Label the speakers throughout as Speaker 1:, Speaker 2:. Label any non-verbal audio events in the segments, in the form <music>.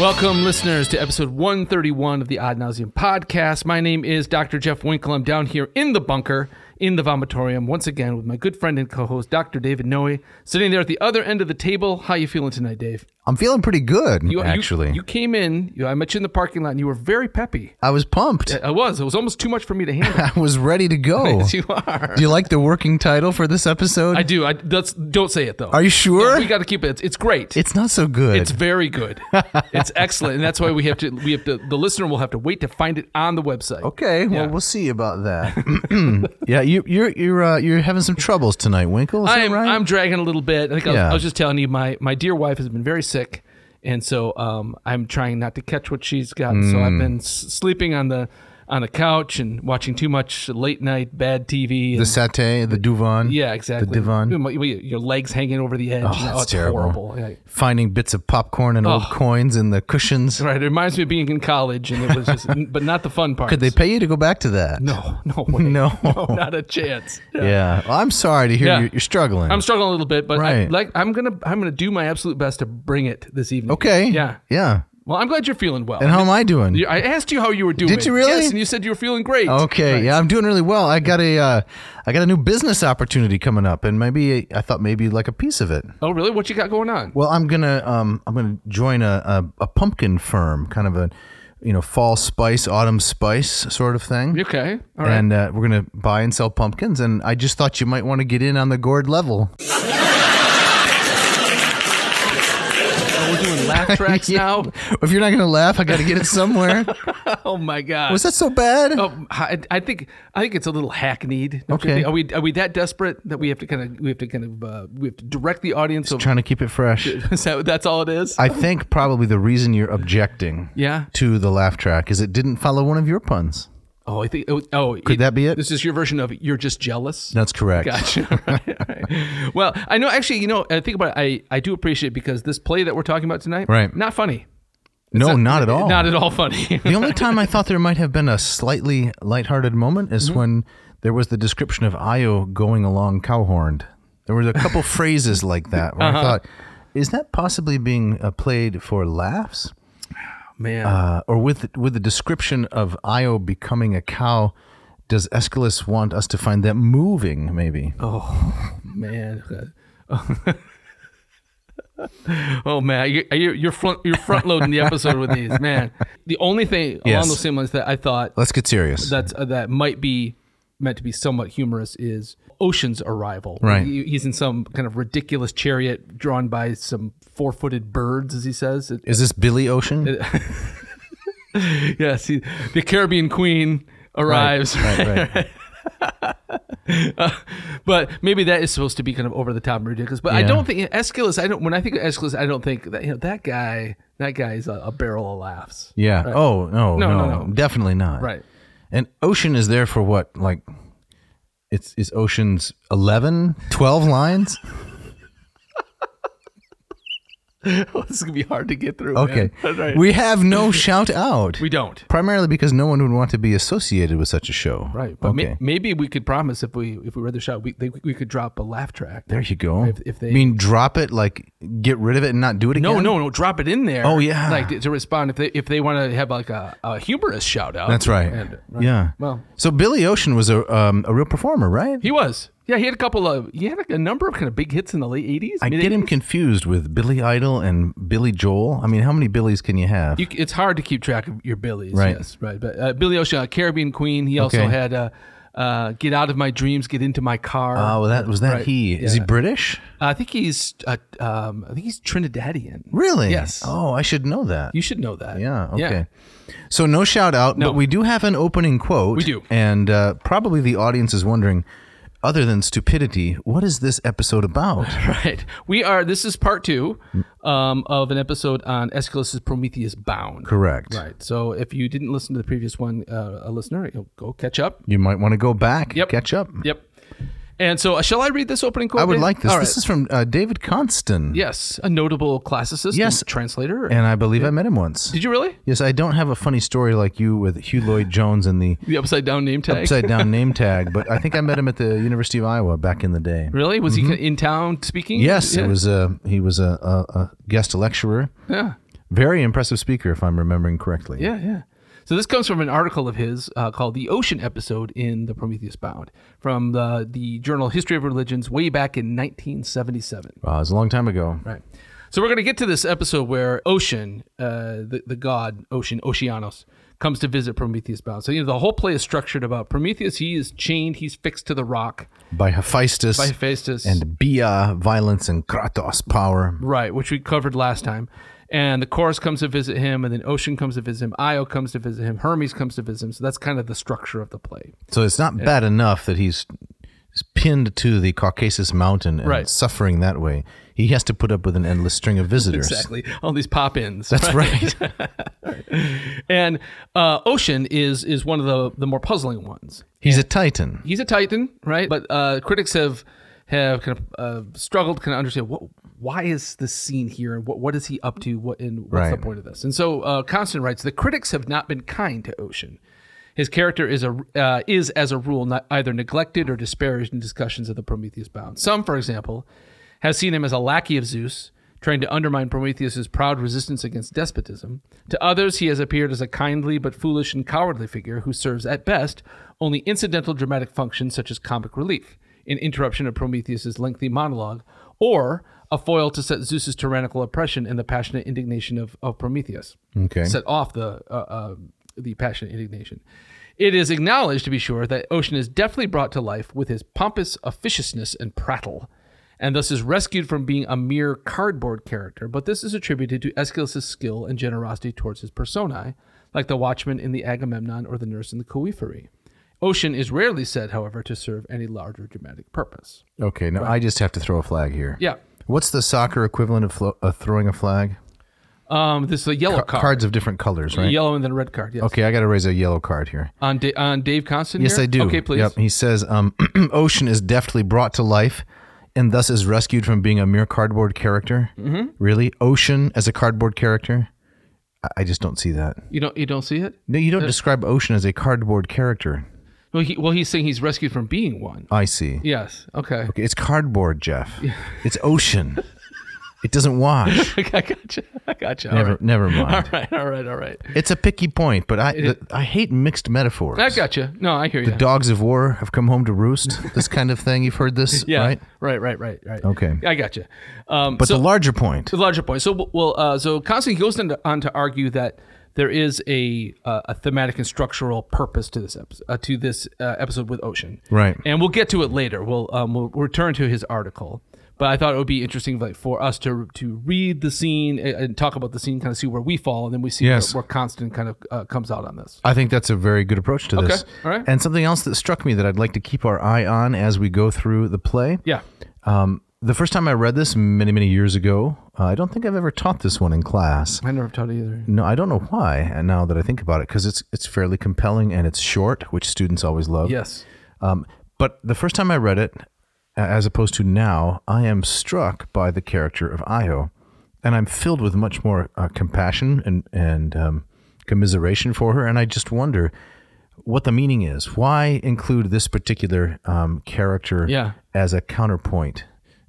Speaker 1: Welcome, listeners, to episode 131 of the Odd Nauseam podcast. My name is Dr. Jeff Winkle. I'm down here in the bunker, in the vomitorium, once again with my good friend and co-host, Dr. David Noe, sitting there at the other end of the table. How you feeling tonight, Dave?
Speaker 2: I'm feeling pretty good,
Speaker 1: You, you-
Speaker 2: actually.
Speaker 1: you, came in. You, I met you in the parking lot, and you were very peppy.
Speaker 2: I was pumped.
Speaker 1: I was. It was almost too much for me to handle.
Speaker 2: <laughs> I was ready
Speaker 1: <laughs>
Speaker 2: to go.
Speaker 1: you are.
Speaker 2: Do you like the working title for this episode?
Speaker 1: I do. I that's, don't say it though.
Speaker 2: Are you sure?
Speaker 1: We got to keep it. It's, it's great.
Speaker 2: it's not so good.
Speaker 1: It's very
Speaker 2: <laughs>
Speaker 1: good. it's excellent, and that's why we have to. We have to. The listener will have to wait to find it on the website.
Speaker 2: okay, well, we'll see about
Speaker 1: <laughs>
Speaker 2: that. <clears throat> yeah, you, you're you're uh, you're having some troubles tonight, Winkle. Is that
Speaker 1: I'm
Speaker 2: right?
Speaker 1: I'm dragging a little bit. I think I, was,
Speaker 2: Yeah.
Speaker 1: I was just telling you my my dear wife has been very sick, and so um I'm trying not to catch what she's got. So
Speaker 2: Mm.
Speaker 1: I've been s- sleeping on the on the couch and watching too much late night bad TV. And,
Speaker 2: the satay, the duvan.
Speaker 1: yeah, exactly.
Speaker 2: The divan.
Speaker 1: My- my- Your legs hanging over the edge. Oh,
Speaker 2: that's
Speaker 1: it's
Speaker 2: terrible.
Speaker 1: horrible. Yeah.
Speaker 2: Finding bits of popcorn and old coins in the cushions.
Speaker 1: Oh. Right. It reminds me of being in college, and it was just, but not the fun part.
Speaker 2: <laughs>
Speaker 1: <laughs>
Speaker 2: Could they pay you to go back to that?
Speaker 1: No, <laughs> no way.
Speaker 2: <laughs> No.
Speaker 1: not a chance. Yeah.
Speaker 2: Yeah. Well, I'm sorry to hear
Speaker 1: Yeah.
Speaker 2: you're, you're struggling.
Speaker 1: I'm struggling a little bit, but I,
Speaker 2: Right.
Speaker 1: like I'm gonna I'm gonna do my absolute best to bring it this evening.
Speaker 2: okay.
Speaker 1: Yeah.
Speaker 2: Yeah.
Speaker 1: Well, I'm glad you're feeling well.
Speaker 2: And how am I doing?
Speaker 1: You- I asked you how you were doing.
Speaker 2: Did you really?
Speaker 1: Yes, and you said you were feeling great.
Speaker 2: Okay,
Speaker 1: Right.
Speaker 2: yeah, I'm doing really well. I got a, uh, I got a new business opportunity coming up, and maybe I thought maybe like a piece of it.
Speaker 1: Oh, really? What you got going on?
Speaker 2: Well, I'm gonna, um, I'm gonna join a, a, a pumpkin firm, kind of a, you know, fall spice, autumn spice sort of thing.
Speaker 1: Okay. All right.
Speaker 2: And uh, we're gonna buy and sell pumpkins, and I just thought you might want to get in on the gourd level.
Speaker 1: Oh, we're
Speaker 2: <laughs>
Speaker 1: doing laugh tracks
Speaker 2: Yeah. <laughs>
Speaker 1: now.
Speaker 2: if you're not gonna laugh, I got to get it
Speaker 1: <laughs>
Speaker 2: somewhere.
Speaker 1: Oh my God.
Speaker 2: Was that so bad?
Speaker 1: Oh, I, I think I think it's a little hackneyed. don't you
Speaker 2: Okay.
Speaker 1: think? Are we are we that desperate that we have to kind of we have to kind of uh, we have to direct the audience? Of,
Speaker 2: Trying to keep it fresh.
Speaker 1: is that, that's all it is.
Speaker 2: I think probably the reason you're objecting
Speaker 1: yeah.
Speaker 2: to the laugh track is it didn't follow one of your puns.
Speaker 1: Oh, I think. Oh, oh could
Speaker 2: that be it?
Speaker 1: This is your version of you're just jealous.
Speaker 2: That's correct. <laughs>
Speaker 1: Gotcha. <laughs> Right, right. Well, I know. Actually, you know, I think about it. I I do appreciate it because this play that we're talking about tonight,
Speaker 2: Right.
Speaker 1: Not funny.
Speaker 2: No, not, at all.
Speaker 1: Not at all funny.
Speaker 2: the only time I thought there might have been a slightly lighthearted moment is
Speaker 1: Mm-hmm.
Speaker 2: when there was the description of Io going along cowhorned. There was a
Speaker 1: <laughs>
Speaker 2: couple phrases like that where
Speaker 1: Uh-huh.
Speaker 2: I thought, is that possibly being uh, played for laughs,
Speaker 1: <laughs> Man.
Speaker 2: uh, or with with the description of Io becoming a cow? Does Aeschylus want us to find that moving? Maybe.
Speaker 1: Oh. man. <laughs> oh man, you, you, you're front you're front loading the episode with these, man. The only thing
Speaker 2: Yes.
Speaker 1: along those same lines that I thought
Speaker 2: Let's get serious.
Speaker 1: that's uh, that might be meant to be somewhat humorous is Ocean's arrival.
Speaker 2: Right.
Speaker 1: He- he's in some kind of ridiculous chariot drawn by some four footed birds, as he says. It-
Speaker 2: is this Billy Ocean?
Speaker 1: <laughs> yes, he, the Caribbean Queen arrives. <laughs>
Speaker 2: right, right.
Speaker 1: But maybe that is supposed to be kind of over the top and ridiculous. But I
Speaker 2: Yeah.
Speaker 1: don't think Aeschylus. I don't. When I think of Aeschylus, I don't think that you know that guy. That guy is a, a barrel of laughs.
Speaker 2: Yeah. Oh no,
Speaker 1: No,
Speaker 2: no,
Speaker 1: no,
Speaker 2: no,
Speaker 1: no.
Speaker 2: definitely not.
Speaker 1: Right. <laughs>
Speaker 2: And Ocean is there for what? Like, it's is Ocean's 11,
Speaker 1: <laughs>
Speaker 2: 12 lines?
Speaker 1: this is gonna be hard to get through. man.
Speaker 2: Okay.
Speaker 1: That's <laughs> right. we,
Speaker 2: We have no shout out.
Speaker 1: don't.
Speaker 2: primarily because no one would want to be associated with such a show.
Speaker 1: Right. But
Speaker 2: okay.
Speaker 1: may, maybe we could promise if we if we read the shot, we they, we could drop a laugh track.
Speaker 2: there you go.
Speaker 1: If- if they-
Speaker 2: I mean, drop it, like get rid of it and not do it again.
Speaker 1: No, no, no. Drop it in there.
Speaker 2: Oh, yeah.
Speaker 1: Like to, to respond if they if they want to have like a, a humorous shout out.
Speaker 2: That's right.
Speaker 1: And-
Speaker 2: Yeah.
Speaker 1: Well-
Speaker 2: so Billy Ocean was a um, a real performer, right?
Speaker 1: He was. Yeah, he had a couple of he had a, a number of kind of big hits in the late eighties.
Speaker 2: I get him confused with Billy Idol and Billy Joel. I mean, how many Billys can you have?
Speaker 1: You, c- it's hard to keep track of your Billies.
Speaker 2: Right.
Speaker 1: Yes, right. But uh, Billy Ocean, uh, Caribbean Queen. He also
Speaker 2: Okay.
Speaker 1: had uh, uh, "Get Out of My Dreams," "Get Into My Car."
Speaker 2: Oh, that was that
Speaker 1: Right.
Speaker 2: he. Is he
Speaker 1: Yeah.
Speaker 2: British?
Speaker 1: I think he's. Uh, um, I think he's Trinidadian.
Speaker 2: Really?
Speaker 1: Yes.
Speaker 2: Oh, I should know that.
Speaker 1: You should know that.
Speaker 2: yeah. Okay. So no shout out,
Speaker 1: No.
Speaker 2: but we do have an opening quote.
Speaker 1: We do.
Speaker 2: and uh, probably the audience is wondering, other than stupidity, what is this episode about?
Speaker 1: <laughs> <sighs> Right. We are. This is part two
Speaker 2: Mm.
Speaker 1: um, of an episode on Aeschylus's Prometheus Bound.
Speaker 2: Correct.
Speaker 1: Right. So if you didn't listen to the previous one, uh, a listener, you'll go catch up.
Speaker 2: You might want to go back,
Speaker 1: Yep.
Speaker 2: catch up.
Speaker 1: Yep. And so, uh, shall I read this opening quote?
Speaker 2: I would
Speaker 1: Dave?
Speaker 2: like this.
Speaker 1: All right.
Speaker 2: This is from uh, David Constan.
Speaker 1: yes, a notable classicist.
Speaker 2: Yes.
Speaker 1: and translator.
Speaker 2: And I believe I met him once.
Speaker 1: Did you really?
Speaker 2: Yes, I don't have a funny story like you with Hugh Lloyd Jones and the
Speaker 1: The upside down name tag. <laughs>
Speaker 2: upside down name tag, but I think I met him at the University of Iowa back in the day.
Speaker 1: really? Was he in town speaking?
Speaker 2: Mm-hmm. Yes,
Speaker 1: Yeah.
Speaker 2: it was. uh he was a, a, a guest lecturer.
Speaker 1: Yeah.
Speaker 2: Very impressive speaker, if I'm remembering correctly.
Speaker 1: Yeah, yeah. So this comes from an article of his uh, called "The Ocean Episode in the Prometheus Bound" from the the journal History of Religions way back in 1977.
Speaker 2: Wow, it was Uh, a long time ago.
Speaker 1: Right. So we're going to get to this episode where Ocean, uh, the, the god Ocean, Oceanos, comes to visit Prometheus bound. So, you know, the whole play is structured about Prometheus. He is chained, he's fixed to the rock
Speaker 2: By Hephaestus
Speaker 1: by Hephaestus.
Speaker 2: and Bia, violence and Kratos power.
Speaker 1: right, which we covered last time. And the chorus comes to visit him, and then Ocean comes to visit him, Io comes to visit him, Hermes comes to visit him. So that's kind of the structure of the play.
Speaker 2: So it's not bad enough that he's he's pinned to the Caucasus mountain and
Speaker 1: Right.
Speaker 2: suffering that way. He has to put up with an endless string of visitors.
Speaker 1: Exactly. All these pop ins.
Speaker 2: <laughs> That's right.
Speaker 1: <laughs> And uh, Ocean is is one of the, the more puzzling ones.
Speaker 2: He's a titan.
Speaker 1: he's a titan, right? But uh, critics have have kind of uh, struggled to kind of understand what why is this scene here and what what is he up to? What and what's the
Speaker 2: Right.
Speaker 1: point of this? And so uh, Constant writes, the critics have not been kind to Ocean. His character is a uh, is as a rule not either neglected or disparaged in discussions of the Prometheus Bound. Some, for example, have seen him as a lackey of Zeus, trying to undermine Prometheus's proud resistance against despotism. To others, he has appeared as a kindly but foolish and cowardly figure who serves at best only incidental dramatic functions such as comic relief, an interruption of Prometheus's lengthy monologue, or a foil to set Zeus's tyrannical oppression and the passionate indignation of, of Prometheus
Speaker 2: Okay.
Speaker 1: set off the uh, uh, the passionate indignation. It is acknowledged, to be sure, that Ocean is deftly brought to life with his pompous officiousness and prattle, and thus is rescued from being a mere cardboard character. But this is attributed to Aeschylus's skill and generosity towards his personae, like the watchman in the Agamemnon or the nurse in the Coephary. Ocean is rarely said, however, to serve any larger dramatic purpose.
Speaker 2: okay, now I just have to throw a flag here.
Speaker 1: Yeah,
Speaker 2: What's the soccer equivalent of flo- uh, throwing a flag?
Speaker 1: um, this is a yellow card,
Speaker 2: Cards of different colors, right?
Speaker 1: yellow and then red card. Yes,
Speaker 2: Okay, I got to raise a yellow card here.
Speaker 1: on da- on Dave Constant.
Speaker 2: Yes,
Speaker 1: here?
Speaker 2: I do.
Speaker 1: Okay, please.
Speaker 2: Yep. He says, um, <clears throat> "Ocean is deftly brought to life, and thus is rescued from being a mere cardboard character." Mm-hmm. Really, Ocean as a cardboard character? I, I just don't see that.
Speaker 1: You don't you don't see it?
Speaker 2: No, you don't describe Ocean as a cardboard character.
Speaker 1: Well, he, well, he's saying he's rescued from being one.
Speaker 2: I see.
Speaker 1: Yes. Okay.
Speaker 2: It's cardboard, Jeff. It's Ocean. it doesn't wash.
Speaker 1: <laughs> I gotcha. I gotcha.
Speaker 2: never, never mind.
Speaker 1: <laughs> All right. <laughs> All right. All right.
Speaker 2: It's a picky point, but I the, I hate mixed metaphors.
Speaker 1: I gotcha. No, I hear you.
Speaker 2: Dogs of war have come home to roost. This kind of thing. You've heard
Speaker 1: <laughs>
Speaker 2: this,
Speaker 1: yeah.
Speaker 2: right?
Speaker 1: Right. Right. Right. Right.
Speaker 2: Okay.
Speaker 1: I gotcha. Um,
Speaker 2: But
Speaker 1: so
Speaker 2: the larger point.
Speaker 1: to the larger point. So well. Uh, so Constantine goes on to, on to argue that there is a uh, a thematic and structural purpose to this episode uh, to this uh, episode with Ocean.
Speaker 2: Right.
Speaker 1: And we'll get to it later. We'll um, we'll return to his article. But I thought it would be interesting like, for us to to read the scene and, and talk about the scene, kind of see where we fall, and then we see
Speaker 2: Yes.
Speaker 1: where, where Constant kind of uh, comes out on this.
Speaker 2: I think that's a very good approach to this.
Speaker 1: all right.
Speaker 2: And something else that struck me that I'd like to keep our eye on as we go through the play.
Speaker 1: Yeah.
Speaker 2: Um, the first time I read this many, many years ago, uh, I don't think I've ever taught this one in class.
Speaker 1: I never taught either.
Speaker 2: No, I don't know why. And now that I think about it, because it's it's fairly compelling and it's short, which students always love.
Speaker 1: Yes.
Speaker 2: Um, but the first time I read it, a- as opposed to now, I am struck by the character of Io, and I'm filled with much more uh, compassion and and um, commiseration for her. And I just wonder what the meaning is. Why include this particular um, character
Speaker 1: Yeah.
Speaker 2: as a counterpoint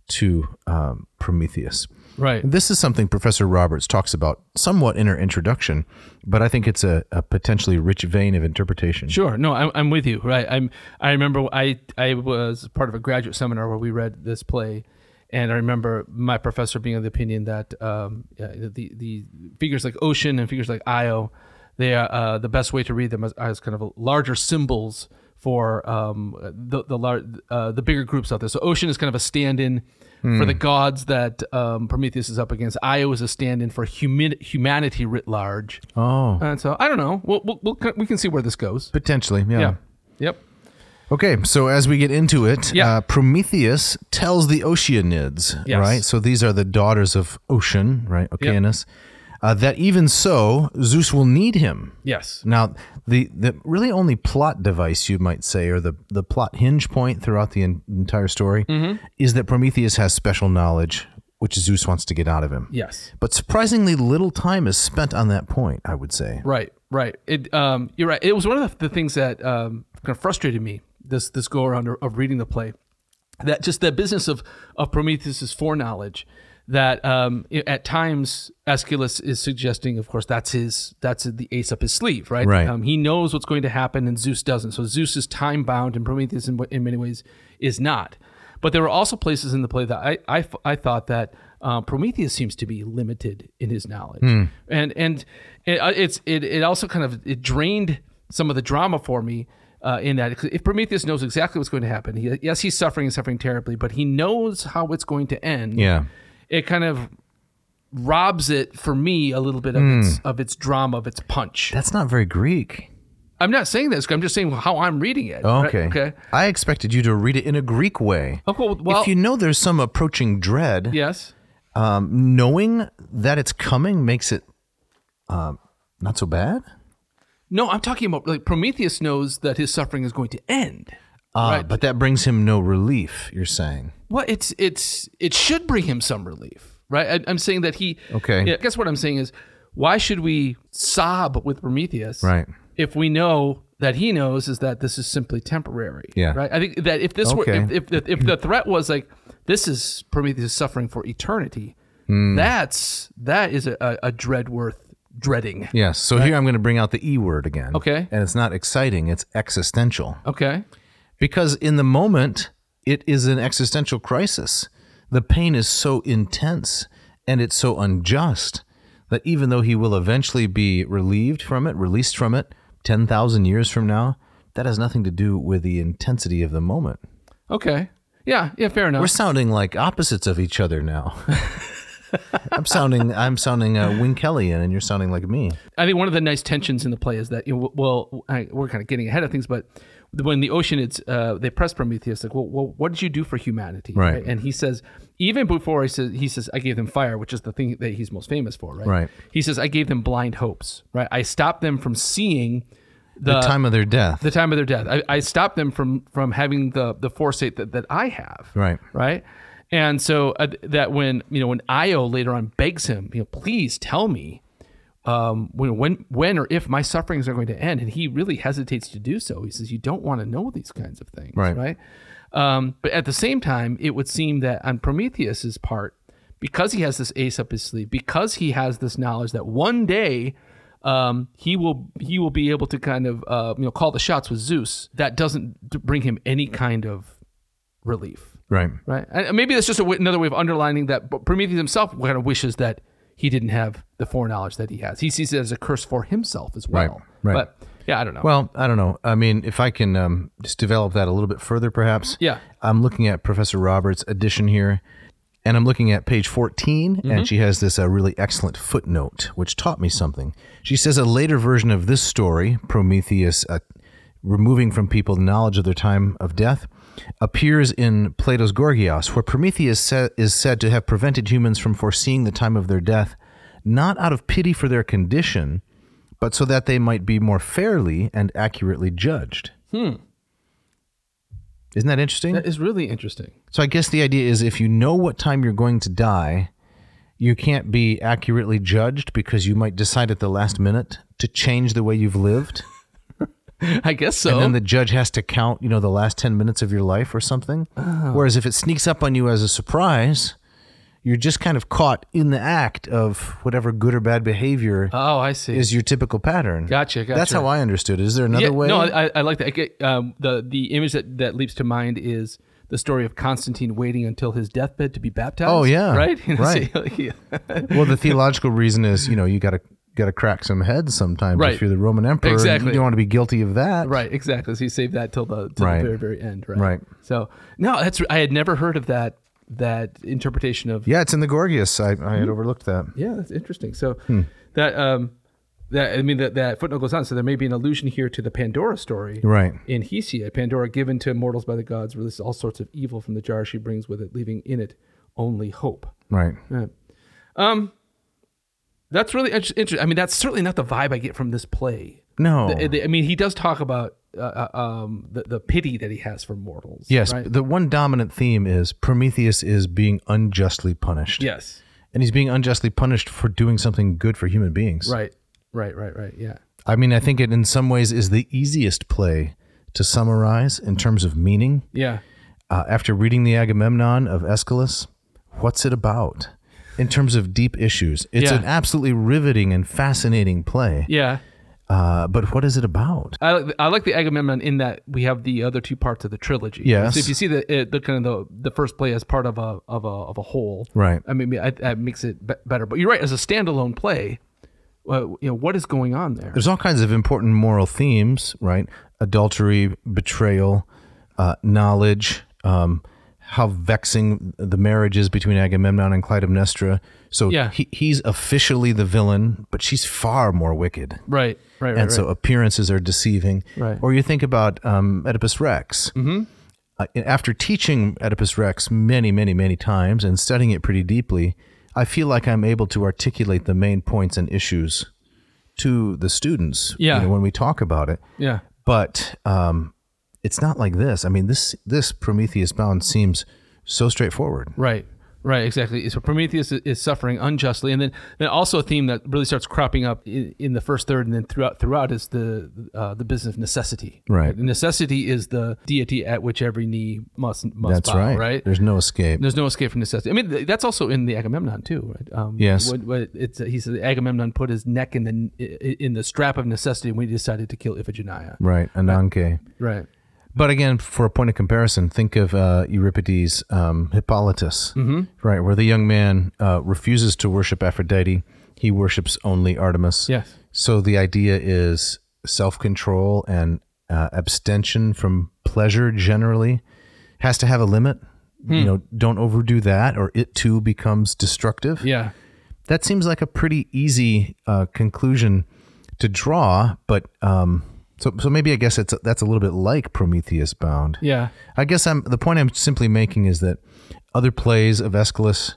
Speaker 2: to um, Prometheus?
Speaker 1: Right.
Speaker 2: This is something Professor Roberts talks about somewhat in her introduction, but I think it's a, a potentially rich vein of interpretation.
Speaker 1: Sure. No, I'm, I'm with you. Right. I'm. I remember I I was part of a graduate seminar where we read this play, and I remember my professor being of the opinion that um, uh, the the figures like Ocean and figures like Io, they are uh, the best way to read them as, as kind of larger symbols for um, the the lar- uh, the bigger groups out there. So Ocean is kind of a stand-in for the gods that um, Prometheus is up against. Io is a stand-in for human- humanity writ large.
Speaker 2: Oh,
Speaker 1: And so I don't know. We'll, we'll, we'll, we can see where this goes.
Speaker 2: potentially.
Speaker 1: Yeah. Yep.
Speaker 2: Okay, so as we get into it,
Speaker 1: Yeah.
Speaker 2: uh, Prometheus tells the Oceanids,
Speaker 1: Yes.
Speaker 2: right? So these are the daughters of Ocean, right? Oceanus. Uh, that even so, Zeus will need him.
Speaker 1: Yes.
Speaker 2: Now, the, the really only plot device, you might say, or the, the plot hinge point throughout the en- entire story
Speaker 1: Mm-hmm.
Speaker 2: is that Prometheus has special knowledge, which Zeus wants to get out of him.
Speaker 1: Yes.
Speaker 2: But surprisingly little time is spent on that point, I would say.
Speaker 1: Right, right. It, um, you're right. It was one of the, the things that um, kind of frustrated me this this go around of, of reading the play. That just the business of of Prometheus's foreknowledge. That um, i- at times Aeschylus is suggesting, of course, that's his that's the ace up his sleeve, right?
Speaker 2: Right.
Speaker 1: Um, he knows what's going to happen, and Zeus doesn't. So Zeus is time bound, and Prometheus, in, wa- in many ways, is not. But there were also places in the play that I I, f- I thought that uh, Prometheus seems to be limited in his knowledge, and and it, uh, it's it, it also kind of it drained some of the drama for me. Uh, in that, 'cause if Prometheus knows exactly what's going to happen, he, yes, he's suffering and suffering terribly, but he knows how it's going to end.
Speaker 2: Yeah.
Speaker 1: it kind of robs it for me a little bit of its of its drama, of its punch.
Speaker 2: That's not very Greek.
Speaker 1: I'm not saying this. I'm just saying how I'm reading it. right?
Speaker 2: Oh, Okay.
Speaker 1: Okay.
Speaker 2: I expected you to read it in a Greek way.
Speaker 1: Oh, cool. Well,
Speaker 2: if you know there's some approaching dread,
Speaker 1: yes.
Speaker 2: um, knowing that it's coming makes it um, not so bad.
Speaker 1: No, I'm talking about like Prometheus knows that his suffering is going to end.
Speaker 2: Uh,
Speaker 1: Right.
Speaker 2: But that brings him no relief, you're saying.
Speaker 1: Well, it's it's it should bring him some relief, right? I, I'm saying that he.
Speaker 2: Okay.
Speaker 1: Yeah, I guess what I'm saying is, why should we sob with Prometheus?
Speaker 2: Right.
Speaker 1: If we know that he knows is that this is simply temporary.
Speaker 2: Yeah.
Speaker 1: Right. I think that if this
Speaker 2: Okay.
Speaker 1: were if, if if the threat was like this is Prometheus suffering for eternity,
Speaker 2: Hmm.
Speaker 1: that's that is a, a, a dread worth dreading.
Speaker 2: Yes. So here I'm going to bring out the E word again.
Speaker 1: Okay.
Speaker 2: And it's not exciting, it's existential.
Speaker 1: Okay.
Speaker 2: Because in the moment, it is an existential crisis. The pain is so intense and it's so unjust that even though he will eventually be relieved from it, released from it 10,000 years from now, that has nothing to do with the intensity of the moment.
Speaker 1: Okay. Yeah. Yeah. Fair enough.
Speaker 2: We're sounding like opposites of each other now. <laughs> I'm sounding I'm sounding uh, Wing Kellyan and you're sounding like me.
Speaker 1: I think one of the nice tensions in the play is that you know, well, I, we're kind of getting ahead of things, but when the ocean it's uh, they press Prometheus like, well, well, what did you do for humanity?
Speaker 2: Right.
Speaker 1: And he says, even before he says, he says, I gave them fire, which is the thing that he's most famous for, right?
Speaker 2: Right.
Speaker 1: He says, I gave them blind hopes, right? I stopped them from seeing
Speaker 2: The time of their death.
Speaker 1: the time of their death. I, I stopped them from from having the the foresight that, that I have.
Speaker 2: Right.
Speaker 1: Right. And so uh, that when you know when Io later on begs him, you know, please tell me um, when when when or if my sufferings are going to end, and he really hesitates to do so. He says, "You don't want to know these kinds of things,
Speaker 2: Right.
Speaker 1: Right. Um, but at the same time, it would seem that on Prometheus's part, because he has this ace up his sleeve, because he has this knowledge that one day um, he will he will be able to kind of uh, you know call the shots with Zeus. That doesn't d- bring him any kind of relief,
Speaker 2: Right.
Speaker 1: right? And and maybe that's just a w- another way of underlining that P- Prometheus himself kind of wishes that he didn't have the foreknowledge that he has. He sees it as a curse for himself as well.
Speaker 2: right.
Speaker 1: But yeah, I don't know.
Speaker 2: Well, I don't know. I mean, if I can um, just develop that a little bit further, perhaps.
Speaker 1: Yeah.
Speaker 2: I'm looking at Professor Roberts' edition here, and I'm looking at page 14,
Speaker 1: Mm-hmm.
Speaker 2: and she has this uh, really excellent footnote, which taught me something. She says a later version of this story, Prometheus uh, removing from people knowledge of their time of death, appears in Plato's Gorgias, where Prometheus sa- is said to have prevented humans from foreseeing the time of their death, not out of pity for their condition but so that they might be more fairly and accurately judged. Hmm. Isn't that interesting?
Speaker 1: that is really interesting.
Speaker 2: so I guess the idea is if you know what time you're going to die, you can't be accurately judged because you might decide at the last minute to change the way you've lived.
Speaker 1: <laughs> I guess so.
Speaker 2: And then the judge has to count, you know, the last 10 minutes of your life or something. Whereas if it sneaks up on you as a surprise, you're just kind of caught in the act of whatever good or bad behavior
Speaker 1: oh, I see.
Speaker 2: is your typical pattern.
Speaker 1: Gotcha,
Speaker 2: That's
Speaker 1: gotcha.
Speaker 2: how I understood it. Is there another
Speaker 1: yeah,
Speaker 2: way?
Speaker 1: No, I, I like that. I get, um, the the image that, that leaps to mind is the story of Constantine waiting until his deathbed to be baptized.
Speaker 2: Oh, yeah.
Speaker 1: right, <laughs> You know,
Speaker 2: Right.
Speaker 1: so, yeah. <laughs>
Speaker 2: well, the theological reason is, you know, you got to got to crack some heads sometimes
Speaker 1: Right.
Speaker 2: if you're the Roman emperor. and
Speaker 1: Exactly.
Speaker 2: You don't want to be guilty of that.
Speaker 1: right, exactly. So you save that till the till
Speaker 2: Right.
Speaker 1: the very very end, right?
Speaker 2: Right.
Speaker 1: So no, that's I had never heard of that that interpretation of Mm-hmm.
Speaker 2: Yeah, it's in the Gorgias. I, I had overlooked that. Hmm.
Speaker 1: yeah, that's interesting. So that um, that I mean that, that footnote goes on. So there may be an allusion here to the Pandora story
Speaker 2: Right.
Speaker 1: in Hesia. Pandora given to mortals by the gods releases all sorts of evil from the jar she brings with it, leaving in it only hope. Um,
Speaker 2: Right.
Speaker 1: That's really interesting. I mean, that's certainly not the vibe I get from this play.
Speaker 2: Oh, No.
Speaker 1: Uh, the- I mean, he does talk about uh, uh, um, the, the pity that he has for mortals.
Speaker 2: yes.
Speaker 1: right?
Speaker 2: The one dominant theme is Prometheus is being unjustly punished.
Speaker 1: Yes.
Speaker 2: And he's being unjustly punished for doing something good for human beings.
Speaker 1: Right. Right. Right. Right. Yeah.
Speaker 2: I mean, I think it in some ways is the easiest play to summarize in terms of meaning.
Speaker 1: Yeah.
Speaker 2: Uh, after reading the Agamemnon of Aeschylus, what's it about? In terms of deep issues, it's
Speaker 1: Yeah.
Speaker 2: an absolutely riveting and fascinating play.
Speaker 1: Yeah.
Speaker 2: Uh, but what is it about?
Speaker 1: I like, I like the Agamemnon in that we have the other two parts of the trilogy.
Speaker 2: Yes.
Speaker 1: So if you see the it, the kind of the, the first play as part of a of a of a whole,
Speaker 2: Right.
Speaker 1: I mean, I, that makes it be- better. But you're right, as a standalone play, uh, you know what is going on there?
Speaker 2: There's all kinds of important moral themes, right? Adultery, betrayal, uh, knowledge, um, how vexing the marriage is between Agamemnon and Clytemnestra. So
Speaker 1: Yeah.
Speaker 2: he, he's officially the villain, but she's far more wicked.
Speaker 1: Right. Right. Right.
Speaker 2: and
Speaker 1: right.
Speaker 2: so appearances are deceiving.
Speaker 1: Right.
Speaker 2: Or you think about um, Oedipus Rex. Mm-hmm. Uh, after teaching Oedipus Rex many, many, many times and studying it pretty deeply, I feel like I'm able to articulate the main points and issues to the students. you
Speaker 1: Yeah.
Speaker 2: know, when we talk about it,
Speaker 1: yeah.
Speaker 2: but um, it's not like this. I mean, this this Prometheus Bound seems so straightforward.
Speaker 1: Right. Right, exactly. So Prometheus is- is suffering unjustly, and then, then also a theme that really starts cropping up in, in the first third, and then throughout throughout is the uh, the business of necessity.
Speaker 2: Right.
Speaker 1: The necessity is the deity at which every knee must must
Speaker 2: That's
Speaker 1: bow.
Speaker 2: right.
Speaker 1: Right.
Speaker 2: There's no escape.
Speaker 1: There's no escape from necessity. I mean, th- that's also in the Agamemnon too, right? Um,
Speaker 2: Yes.
Speaker 1: What, what it's, he said Agamemnon put his neck in the in the strap of necessity when he decided to kill Iphigenia.
Speaker 2: Right. Ananke.
Speaker 1: Right.
Speaker 2: But again, for a point of comparison, think of uh, Euripides' um, Hippolytus, right, where the young man uh, refuses to worship Aphrodite; he worships only Artemis.
Speaker 1: Yes.
Speaker 2: So the idea is self-control and uh, abstention from pleasure. Generally, has to have a limit. You know, don't overdo that, or it too becomes destructive.
Speaker 1: Yeah.
Speaker 2: That seems like a pretty easy uh, conclusion to draw, but um, so so maybe I guess it's that's a little bit like Prometheus Bound.
Speaker 1: Yeah.
Speaker 2: I guess I'm the point I'm simply making is that other plays of Aeschylus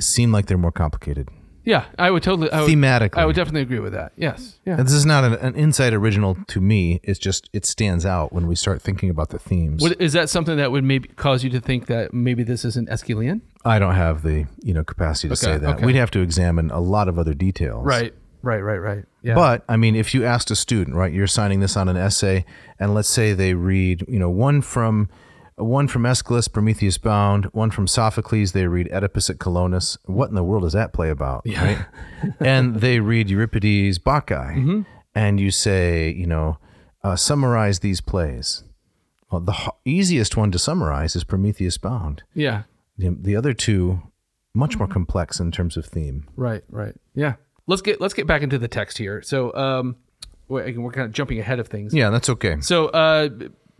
Speaker 2: seem like they're more complicated
Speaker 1: Yeah. I would totally. I would,
Speaker 2: thematically.
Speaker 1: I would definitely agree with that. Yes. Yeah.
Speaker 2: and this is not an, an inside original to me. It's just it stands out when we start thinking about the themes.
Speaker 1: What, is that something that would maybe cause you to think that maybe this isn't Escalian?
Speaker 2: I don't have the you know capacity to say that.
Speaker 1: okay.
Speaker 2: We'd have to examine a lot of other details.
Speaker 1: Right. Right. Right. Yeah.
Speaker 2: But I mean, if you asked a student, right, you're signing this on an essay, and let's say they read, you know, one from one from Aeschylus, Prometheus Bound, one from Sophocles, they read Oedipus at Colonus. What in the world does that play about? Right?
Speaker 1: <laughs>
Speaker 2: and they read Euripides Bacchae,
Speaker 1: Mm-hmm.
Speaker 2: and you say, you know, uh, summarize these plays. Well, the h- easiest one to summarize is Prometheus Bound.
Speaker 1: yeah.
Speaker 2: The, the other two, much
Speaker 1: Mm-hmm.
Speaker 2: more complex in terms of theme.
Speaker 1: Right. Right. Yeah. Let's get let's get back into the text here. So um, we're, again, we're kind of jumping ahead of things.
Speaker 2: Yeah, that's okay.
Speaker 1: So uh,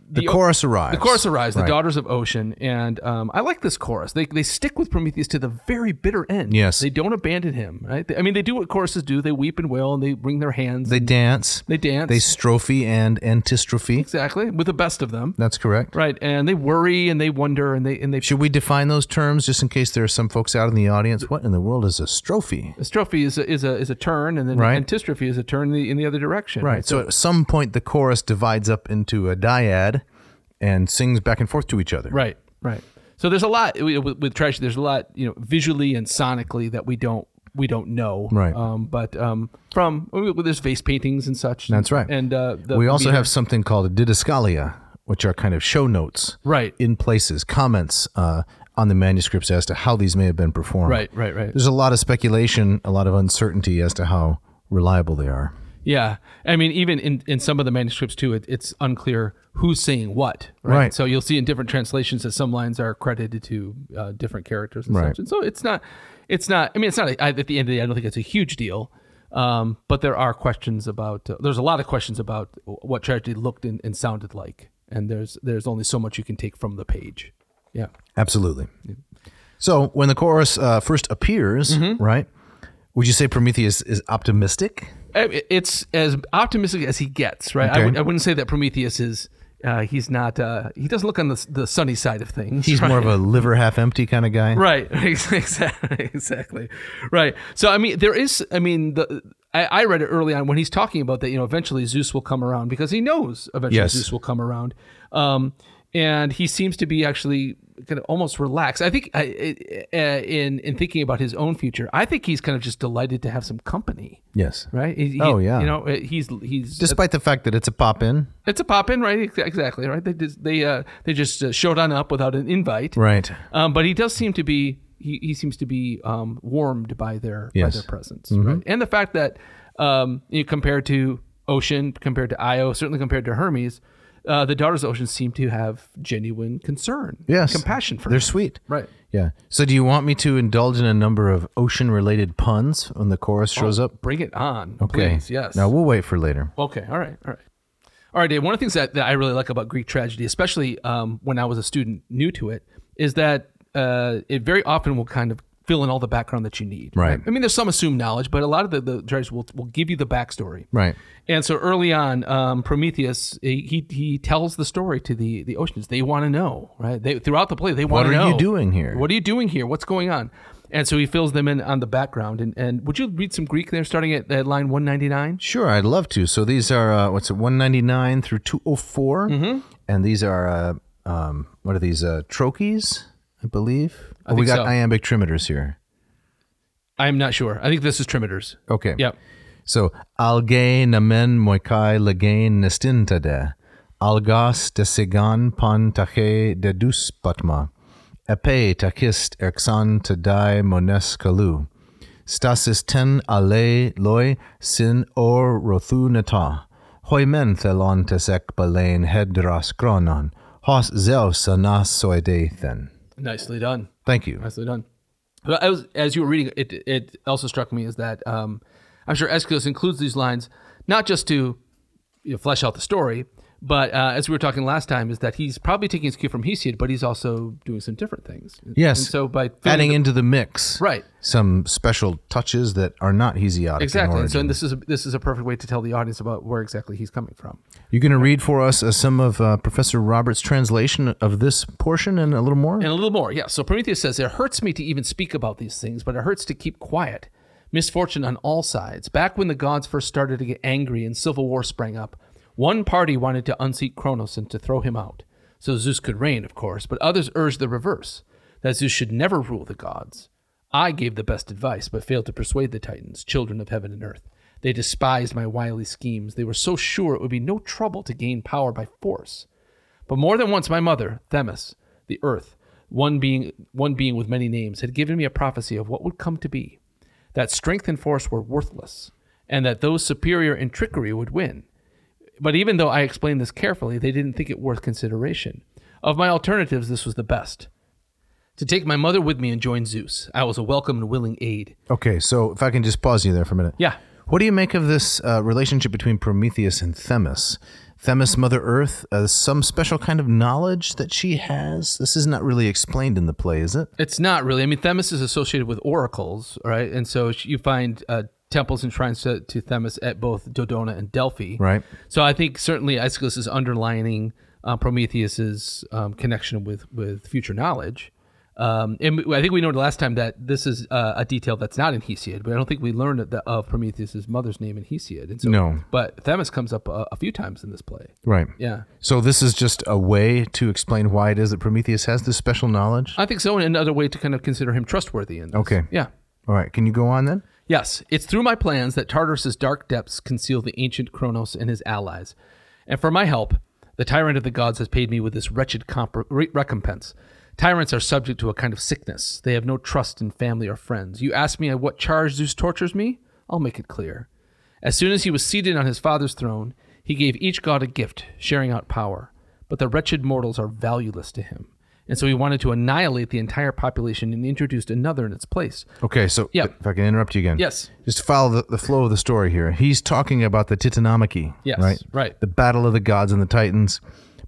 Speaker 2: The, chorus arrives.
Speaker 1: The chorus arrives, the
Speaker 2: Right.
Speaker 1: daughters of ocean, and um, I like this chorus. They, they stick with Prometheus to the very bitter end.
Speaker 2: Yes.
Speaker 1: they don't abandon him. Right? They- I mean, they do what choruses do. They weep and wail, and they wring their hands.
Speaker 2: They dance.
Speaker 1: they dance.
Speaker 2: They strophe and antistrophe.
Speaker 1: exactly with the best of them.
Speaker 2: That's correct.
Speaker 1: Right, and they worry and they wonder and they and they.
Speaker 2: Should we define those terms just in case there are some folks out in the audience? What in the world is a strophe?
Speaker 1: Strophe is a, is a is a turn, and then
Speaker 2: Right.
Speaker 1: antistrophe is a turn in the, in the other direction.
Speaker 2: Right. So at some point, the chorus divides up into a dyad and sings back and forth to each other.
Speaker 1: Right, right. So there's a lot with, with tragedy. There's a lot, you know, visually and sonically that we don't we don't know.
Speaker 2: Right.
Speaker 1: Um, but um, from well, there's face paintings and such.
Speaker 2: That's right.
Speaker 1: And uh, the
Speaker 2: We also
Speaker 1: meter-
Speaker 2: have something called a didascalia, which are kind of show notes
Speaker 1: right,
Speaker 2: in places, comments uh, on the manuscripts as to how these may have been performed.
Speaker 1: right, right, right.
Speaker 2: There's a lot of speculation, a lot of uncertainty as to how reliable they are.
Speaker 1: Yeah, I mean, even in, in some of the manuscripts too, it, it's unclear who's saying what.
Speaker 2: Right.
Speaker 1: So you'll see in different translations that some lines are credited to uh, different characters and
Speaker 2: Right.
Speaker 1: such. And so it's not, it's not. I mean, it's not. A, I- at the end of the day, I don't think it's a huge deal. Um, but there are questions about. Uh, there's a lot of questions about what tragedy looked and, and sounded like. And there's there's only so much you can take from the page. Yeah. Mm-hmm.
Speaker 2: Absolutely. So when the chorus uh, first appears, right, Would you say Prometheus is optimistic?
Speaker 1: I- It's as optimistic as he gets, right? I
Speaker 2: Okay.
Speaker 1: I, w- I wouldn't say that Prometheus is. Uh, he's not. Uh, he doesn't look on the, s- the sunny side of things.
Speaker 2: He's more of a liver half empty kind of guy.
Speaker 1: <laughs> Right. Exactly. Exactly. Right. So I mean, there is. I mean, the I, I read it early on when he's talking about that. You know, eventually Zeus will come around because he knows eventually
Speaker 2: Yes.
Speaker 1: Zeus will come around. Um, and he seems to be actually kind of almost relaxed. I think I, I- uh, in in thinking about his own future, I think he's kind of just delighted to have some company.
Speaker 2: Yes.
Speaker 1: Right. He- he-
Speaker 2: Oh, yeah.
Speaker 1: You know, uh, he's he's
Speaker 2: Despite the fact that it's a pop in.
Speaker 1: it's a pop in, right? Ex- Exactly. Right. They just they uh they just uh, showed on up without an invite.
Speaker 2: Right.
Speaker 1: Um, but he does seem to be he, he seems to be um, warmed by their by
Speaker 2: Yes. Mm-hmm.
Speaker 1: their presence, right? And the fact that um, you know, compared to Ocean, compared to Io, certainly compared to Hermes, uh, the daughters of Ocean seem to have genuine concern,
Speaker 2: Yes.
Speaker 1: compassion for
Speaker 2: They're
Speaker 1: him.
Speaker 2: sweet.
Speaker 1: right.
Speaker 2: Yeah. So do you want me to indulge in a number of ocean related puns when the chorus shows up?
Speaker 1: Bring it on,
Speaker 2: Okay.
Speaker 1: Oh, please. Yes.
Speaker 2: Now we'll wait for later.
Speaker 1: Okay. All right. All right. All right, Dave. One of the things that, that I really like about Greek tragedy, especially um, when I was a student new to it, is that uh, it very often will kind of fill in all the background that you need.
Speaker 2: Right.
Speaker 1: I mean, there's some assumed knowledge, but a lot of the, the tragedies will, will give you the backstory.
Speaker 2: Right.
Speaker 1: And so early on, um, Prometheus he he- he tells the story to the the oceans. They want to know, right? They throughout the play, they want
Speaker 2: What
Speaker 1: to
Speaker 2: are
Speaker 1: know.
Speaker 2: you doing here?
Speaker 1: What are you doing here? What's going on? And so he fills them in on the background. And and would you read some Greek there, starting at, at line 199?
Speaker 2: Sure, I'd love to. So these are uh, what's it, one ninety nine through two oh four,
Speaker 1: Mm-hmm.
Speaker 2: and these are uh, um, what are these uh, trochees? I believe. Oh, we
Speaker 1: think so.
Speaker 2: got iambic trimeters here.
Speaker 1: I'm not sure. I think this is Trimeters.
Speaker 2: Okay.
Speaker 1: Yep.
Speaker 2: So algae namen moikai legain nestintade, algas de sigan pan tache dedus patma, epe takist erxan tadai mones kalu, stasis ten ale loi sin or rothu nata, hoimen thelon tesek balain hedras kronon, hos zeus anas soidethen.
Speaker 1: Nicely done.
Speaker 2: Thank you.
Speaker 1: Nicely done. Well, I was, as you were reading it, it also struck me is that um, I'm sure Aeschylus includes these lines not just to you know, flesh out the story, but uh, as we were talking last time, is that he's probably taking his cue from Hesiod, but he's also doing some different things.
Speaker 2: Yes.
Speaker 1: And so by filling
Speaker 2: Adding
Speaker 1: the-
Speaker 2: into the mix
Speaker 1: right,
Speaker 2: some special touches that are not Hesiodic. in
Speaker 1: exactly. And
Speaker 2: origin.
Speaker 1: so and this is a, this is a perfect way to tell the audience about where exactly he's coming from.
Speaker 2: You're going to read for us uh, some of uh, Professor Roberts' translation of this portion and a little more?
Speaker 1: And a little more, yeah. So Prometheus says, It hurts me to even speak about these things, but it hurts to keep quiet. Misfortune on all sides. Back when the gods first started to get angry and civil war sprang up, one party wanted to unseat Cronos and to throw him out, so Zeus could reign, of course, but others urged the reverse that Zeus should never rule the gods. I gave the best advice, but failed to persuade the Titans, children of heaven and earth. They despised my wily schemes. They were so sure it would be no trouble to gain power by force. But more than once, my mother, Themis, the earth, one being, one being with many names, had given me a prophecy of what would come to be that strength and force were worthless, and that those superior in trickery would win. But even though I explained this carefully, they didn't think it worth consideration. Of my alternatives, this was the best. To take my mother with me and join Zeus. I was a welcome and willing aid.
Speaker 2: Okay, so if I can just pause you there for a minute.
Speaker 1: Yeah.
Speaker 2: What do you make of this uh, relationship between Prometheus and Themis? Themis, Mother Earth, uh, some special kind of knowledge that she has? This is not really explained in the play, is it?
Speaker 1: It's not really. I mean, Themis is associated with oracles, right? And so sh- you find uh, temples and shrines to, to Themis at both Dodona and Delphi.
Speaker 2: Right.
Speaker 1: So I think certainly Aeschylus is underlining uh, Prometheus's um, connection with with future knowledge. Um, and we- I think we noted last time that this is uh, a detail that's not in Hesiod, but I don't think we learned of, the, of Prometheus's mother's name in Hesiod. And so,
Speaker 2: No.
Speaker 1: But Themis comes up a, a few times in this play.
Speaker 2: Right.
Speaker 1: Yeah.
Speaker 2: So this is just a way to explain why it is that Prometheus has this special knowledge?
Speaker 1: I think so. And another way to kind of consider him trustworthy in this.
Speaker 2: Okay.
Speaker 1: Yeah.
Speaker 2: All right, can you go on then?
Speaker 1: Yes, it's through my plans that Tartarus's dark depths conceal the ancient Kronos and his allies. And for my help, the tyrant of the gods has paid me with this wretched comp- re- recompense. Tyrants are subject to a kind of sickness. They have no trust in family or friends. You ask me at what charge Zeus tortures me? I'll make it clear. As soon as he was seated on his father's throne, he gave each god a gift, sharing out power. But the wretched mortals are valueless to him. And so he wanted to annihilate the entire population and introduced another in its place.
Speaker 2: Okay, so
Speaker 1: Yeah.
Speaker 2: if I can interrupt you again.
Speaker 1: Yes.
Speaker 2: Just follow the, the flow of the story here. He's talking about the Titanomachy.
Speaker 1: Yes,
Speaker 2: Right?
Speaker 1: right.
Speaker 2: The battle of the gods and the titans.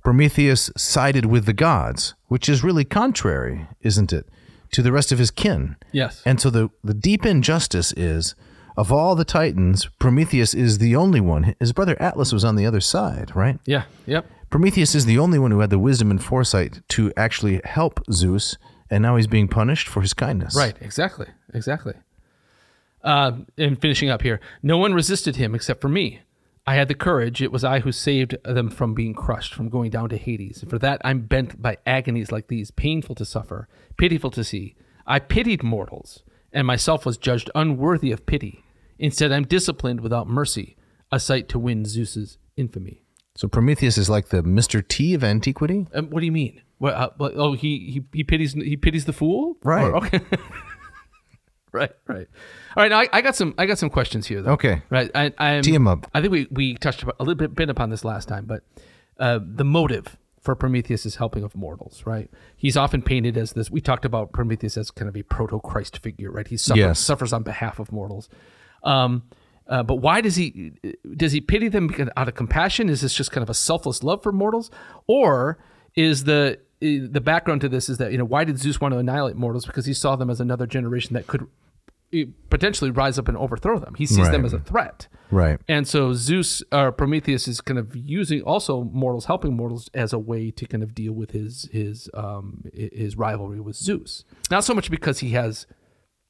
Speaker 2: Prometheus sided with the gods, which is really contrary, isn't it, to the rest of his kin.
Speaker 1: Yes.
Speaker 2: And so the, the deep injustice is of all the Titans, Prometheus is the only one. His brother Atlas was on the other side, right?
Speaker 1: yeah. Yep.
Speaker 2: Prometheus is the only one who had the wisdom and foresight to actually help Zeus, and now he's being punished for his kindness.
Speaker 1: Right. Exactly. Exactly. Uh, and finishing up here, no one resisted him except for me. I had the courage. It was I who saved them from being crushed, from going down to Hades. For that, I'm bent by agonies like these, painful to suffer, pitiful to see. I pitied mortals, and myself was judged unworthy of pity. Instead, I'm disciplined without mercy, a sight to win Zeus's infamy.
Speaker 2: So Prometheus is like the Mr. T of antiquity.
Speaker 1: Um, what do you mean? What, uh, what- oh, he, he he pities he pities the fool.
Speaker 2: Right.
Speaker 1: Or- okay. <laughs> right. Right. All right. Now I, I got some I got some questions here. Though.
Speaker 2: Okay.
Speaker 1: Right. I I'm,
Speaker 2: Tee 'em up.
Speaker 1: I think we we touched about, a little bit, bit upon this last time, but uh, the motive for Prometheus is helping of mortals. Right. He's often painted as this. We talked about Prometheus as kind of a proto Christ figure. Right. He suffers
Speaker 2: Yes.
Speaker 1: suffers on behalf of mortals. Um. Uh, but why does he does he pity them because- out of compassion? Is this just kind of a selfless love for mortals, or is the eh, the background to this is that you know why did Zeus want to annihilate mortals because he saw them as another generation that could eh, potentially rise up and overthrow them. He sees them
Speaker 2: Right.
Speaker 1: as a threat,
Speaker 2: Right.
Speaker 1: and so Zeus or Prometheus is kind of using also mortals helping mortals as a way to kind of deal with his his um hi- his rivalry with Zeus. Not so much because he has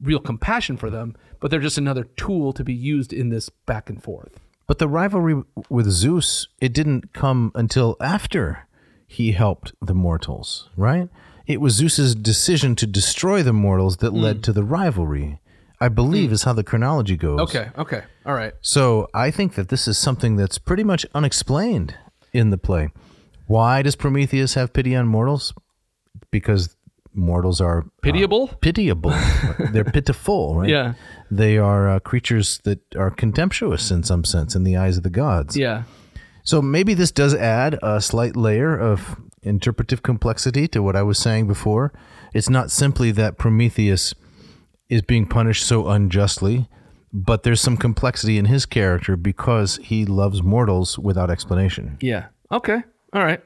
Speaker 1: real compassion for them, but they're just another tool to be used in this back and forth.
Speaker 2: But the rivalry with Zeus, it didn't come until after he helped the mortals, right? It was Zeus's decision to destroy the mortals that led to the rivalry. I believe is how the chronology goes.
Speaker 1: okay. All right.
Speaker 2: So I think that this is something that's pretty much unexplained in the play. Why does Prometheus have pity on mortals? Because mortals are uh,
Speaker 1: Pitiable? <laughs>
Speaker 2: pitiable. They're pitiful, right?
Speaker 1: Yeah.
Speaker 2: They are uh, creatures that are contemptuous in some sense in the eyes of the gods.
Speaker 1: yeah.
Speaker 2: So maybe this does add a slight layer of interpretive complexity to what I was saying before. It's not simply that Prometheus is being punished so unjustly, but there's some complexity in his character because he loves mortals without explanation.
Speaker 1: Yeah. Okay. All right.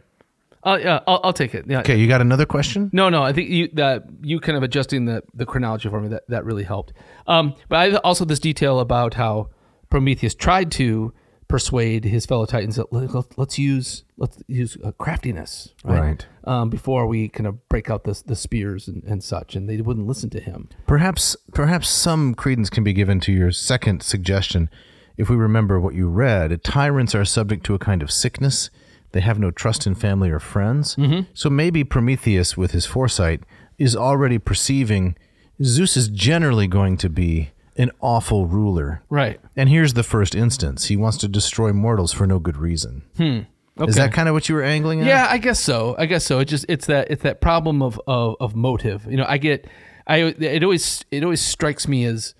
Speaker 1: Uh, yeah, I'll, I'll take it. Yeah.
Speaker 2: Okay, you got another question?
Speaker 1: No, no. I think you that you kind of adjusting the the chronology for me that that really helped. Um, but I also this detail about how Prometheus tried to persuade his fellow Titans that let, let's use let's use uh, craftiness, right?
Speaker 2: Right.
Speaker 1: Um, before we kind of break out the the spears and, and such, and they wouldn't listen to him.
Speaker 2: Perhaps perhaps some credence can be given to your second suggestion. If we remember what you read, tyrants are subject to a kind of sickness. They have no trust in family or friends.
Speaker 1: Mm-hmm.
Speaker 2: So maybe Prometheus, with his foresight, is already perceiving Zeus is generally going to be an awful ruler.
Speaker 1: Right.
Speaker 2: And here's the first instance he wants to destroy mortals for no good reason. Is that kind of what you were angling at?
Speaker 1: Hmm. Yeah, I guess so. I guess so. It just it's that it's that problem of of, of motive. You know, I get, I it always it always strikes me as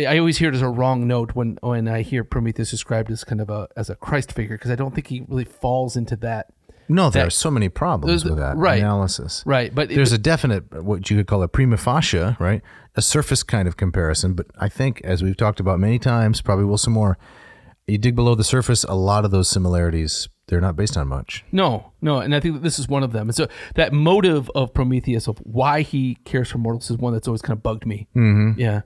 Speaker 1: I always hear it as a wrong note when when I hear Prometheus described as kind of a as a Christ figure because I don't think he really falls into that.
Speaker 2: No, there are so many problems
Speaker 1: There's-
Speaker 2: with that
Speaker 1: right.
Speaker 2: analysis.
Speaker 1: Right, but
Speaker 2: there's a definite what you could call a prima facie, right? A surface kind of comparison, but I think as we've talked about many times, probably will some more. You dig below the surface, a lot of those similarities they're not based on much.
Speaker 1: No, no, and I think that this is one of them. And so that motive of Prometheus of why he cares for mortals is one that's always kind of bugged me. Mm-hmm. Yeah,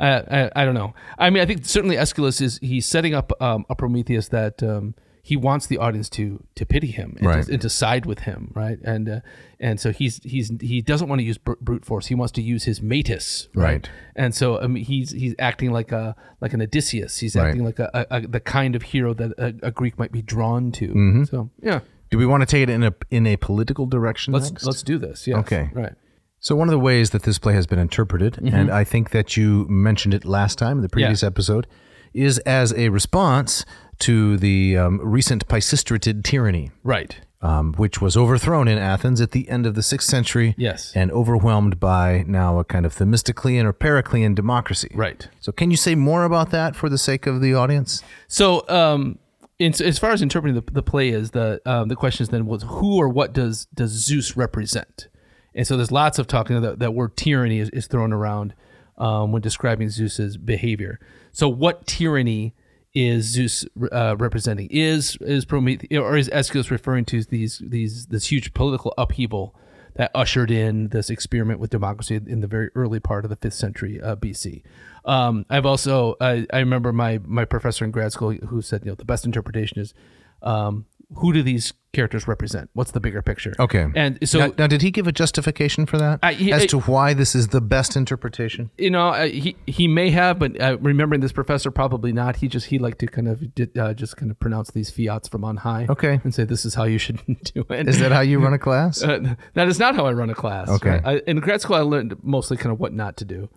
Speaker 1: uh, I, I don't know. I mean, I think certainly Aeschylus is he's setting up um, a Prometheus that um, he wants the audience to to pity him and,
Speaker 2: Right.
Speaker 1: to, and to side with him, right? And uh, and so he's he's he doesn't want to use br- brute force. He wants to use his metis,
Speaker 2: Right.
Speaker 1: and so um, he's he's acting like a like an Odysseus. He's
Speaker 2: Right.
Speaker 1: acting like a, a, a the kind of hero that a, a Greek might be drawn to.
Speaker 2: Mm-hmm.
Speaker 1: So yeah.
Speaker 2: Do we want to take it in a in a political direction?
Speaker 1: Let's
Speaker 2: next?
Speaker 1: let's do this. Yeah.
Speaker 2: Okay.
Speaker 1: Right.
Speaker 2: So one of the ways that this play has been interpreted, and I think that you mentioned it last time in the previous
Speaker 1: Mm-hmm. Yeah.
Speaker 2: episode, is as a response to the um, recent Pisistrated tyranny.
Speaker 1: Right.
Speaker 2: um, which was overthrown in Athens at the end of the sixth century.
Speaker 1: Yes.
Speaker 2: And overwhelmed by now a kind of Themistoclean or Periclean democracy.
Speaker 1: Right.
Speaker 2: So, can you say more about that for the sake of the audience?
Speaker 1: So, um, in, as far as interpreting the, the play is the um, the question is then was who or what does does Zeus represent? And so there's lots of talking that that word tyranny is, is thrown around um, when describing Zeus's behavior. So what tyranny is Zeus uh, representing? Is is Prometheus or is Aeschylus referring to these these this huge political upheaval that ushered in this experiment with democracy in the very early part of the fifth century uh, BC. Um, I've also I I remember my my professor in grad school who said you know the best interpretation is um, who do these characters represent? What's the bigger picture?
Speaker 2: Okay.
Speaker 1: and so
Speaker 2: now, now, did he give a justification for that
Speaker 1: I- he-
Speaker 2: as
Speaker 1: I-
Speaker 2: to why this is the best interpretation?
Speaker 1: you know, uh, he he may have, but uh, remembering this professor, probably not. He just he liked to kind of did, uh, just kind of pronounce these fiats from on high.
Speaker 2: Okay.
Speaker 1: and say this is how you should <laughs> do it.
Speaker 2: Is that how you run a class?
Speaker 1: <laughs> Uh, that is not how I run a class.
Speaker 2: Okay.
Speaker 1: right? I, in grad school, I learned mostly kind of what not to do.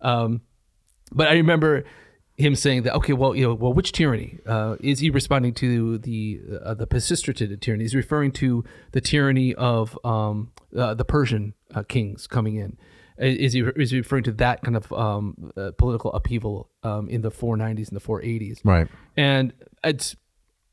Speaker 1: Um, but I remember him saying that, okay, well, you know, well, which tyranny uh, is he responding to? The uh, the Pisistrated tyranny. He's referring to the tyranny of um, uh, the Persian uh, kings coming in. Is he is he referring to that kind of um, uh, political upheaval um, in the 490s and the 480s?
Speaker 2: right.
Speaker 1: and it's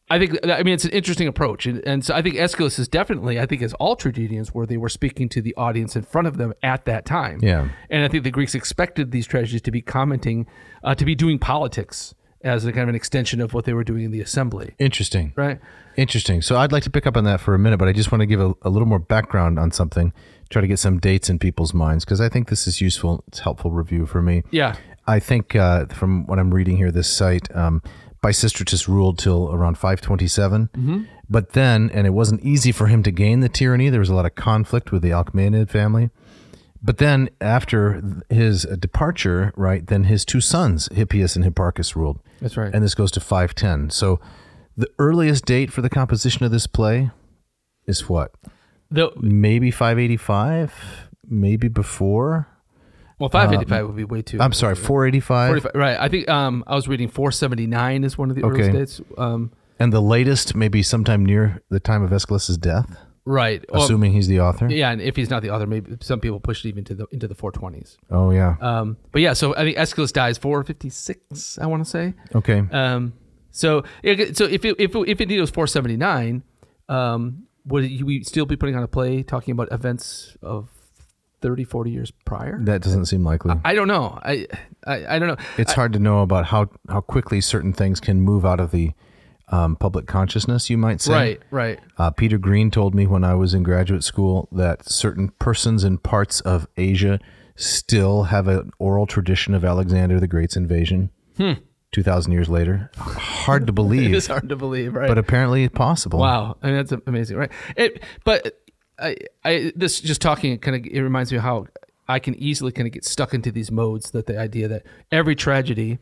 Speaker 1: I think I mean it's an interesting approach, and, and so I think Aeschylus is definitely I think as all tragedians were they were speaking to the audience in front of them at that time.
Speaker 2: Yeah.
Speaker 1: and I think the Greeks expected these tragedies to be commenting, uh, to be doing politics as a kind of an extension of what they were doing in the assembly,
Speaker 2: Interesting.
Speaker 1: right?
Speaker 2: Interesting. So I'd like to pick up on that for a minute, but I just want to give a, a little more background on something, try to get some dates in people's minds, because I think this is useful. It's helpful review for me.
Speaker 1: Yeah,
Speaker 2: I think uh, from what I'm reading here, this site, um, Pisistratus ruled till around 527.
Speaker 1: Mm-hmm.
Speaker 2: But then, and it wasn't easy for him to gain the tyranny, there was a lot of conflict with the Alcmaeonid family. But then, after th- his uh, departure, right, then his two sons, Hippias and Hipparchus, ruled.
Speaker 1: that's right.
Speaker 2: And this goes to 510. So the earliest date for the composition of this play is what?
Speaker 1: the,
Speaker 2: Maybe 585? Maybe before?
Speaker 1: well, five eighty five would be way too.
Speaker 2: Um, I'm sorry, 485.
Speaker 1: 45, right. I think um, I was reading four seventy nine is one of the earliest
Speaker 2: Okay.
Speaker 1: dates. Um,
Speaker 2: And the latest, maybe sometime near the time of Aeschylus's death,
Speaker 1: right. Well,
Speaker 2: assuming he's the author.
Speaker 1: yeah, and if he's not the author, maybe some people push it even to the into the four twenties.
Speaker 2: Oh yeah.
Speaker 1: Um, but yeah, so I think Aeschylus dies 456, I want to say.
Speaker 2: okay.
Speaker 1: Um, so yeah, so if it, if it, if indeed it was 479, um, would you we still be putting on a play talking about events of 30, 40 years prior?
Speaker 2: that doesn't seem likely.
Speaker 1: I don't know. I I, I don't know.
Speaker 2: it's hard to know about how how quickly certain things can move out of the um, public consciousness. You might say.
Speaker 1: Right, right.
Speaker 2: Uh, Peter Green told me when I was in graduate school that certain persons in parts of Asia still have an oral tradition of Alexander the Great's invasion.
Speaker 1: Hmm.
Speaker 2: Two thousand years later, hard to
Speaker 1: <laughs> It
Speaker 2: believe,
Speaker 1: is hard to believe, right?
Speaker 2: but apparently it's possible.
Speaker 1: Wow, I mean that's amazing, right? It, but I, I, this just talking it kind of it reminds me of how I can easily kind of get stuck into these modes that the idea that every tragedy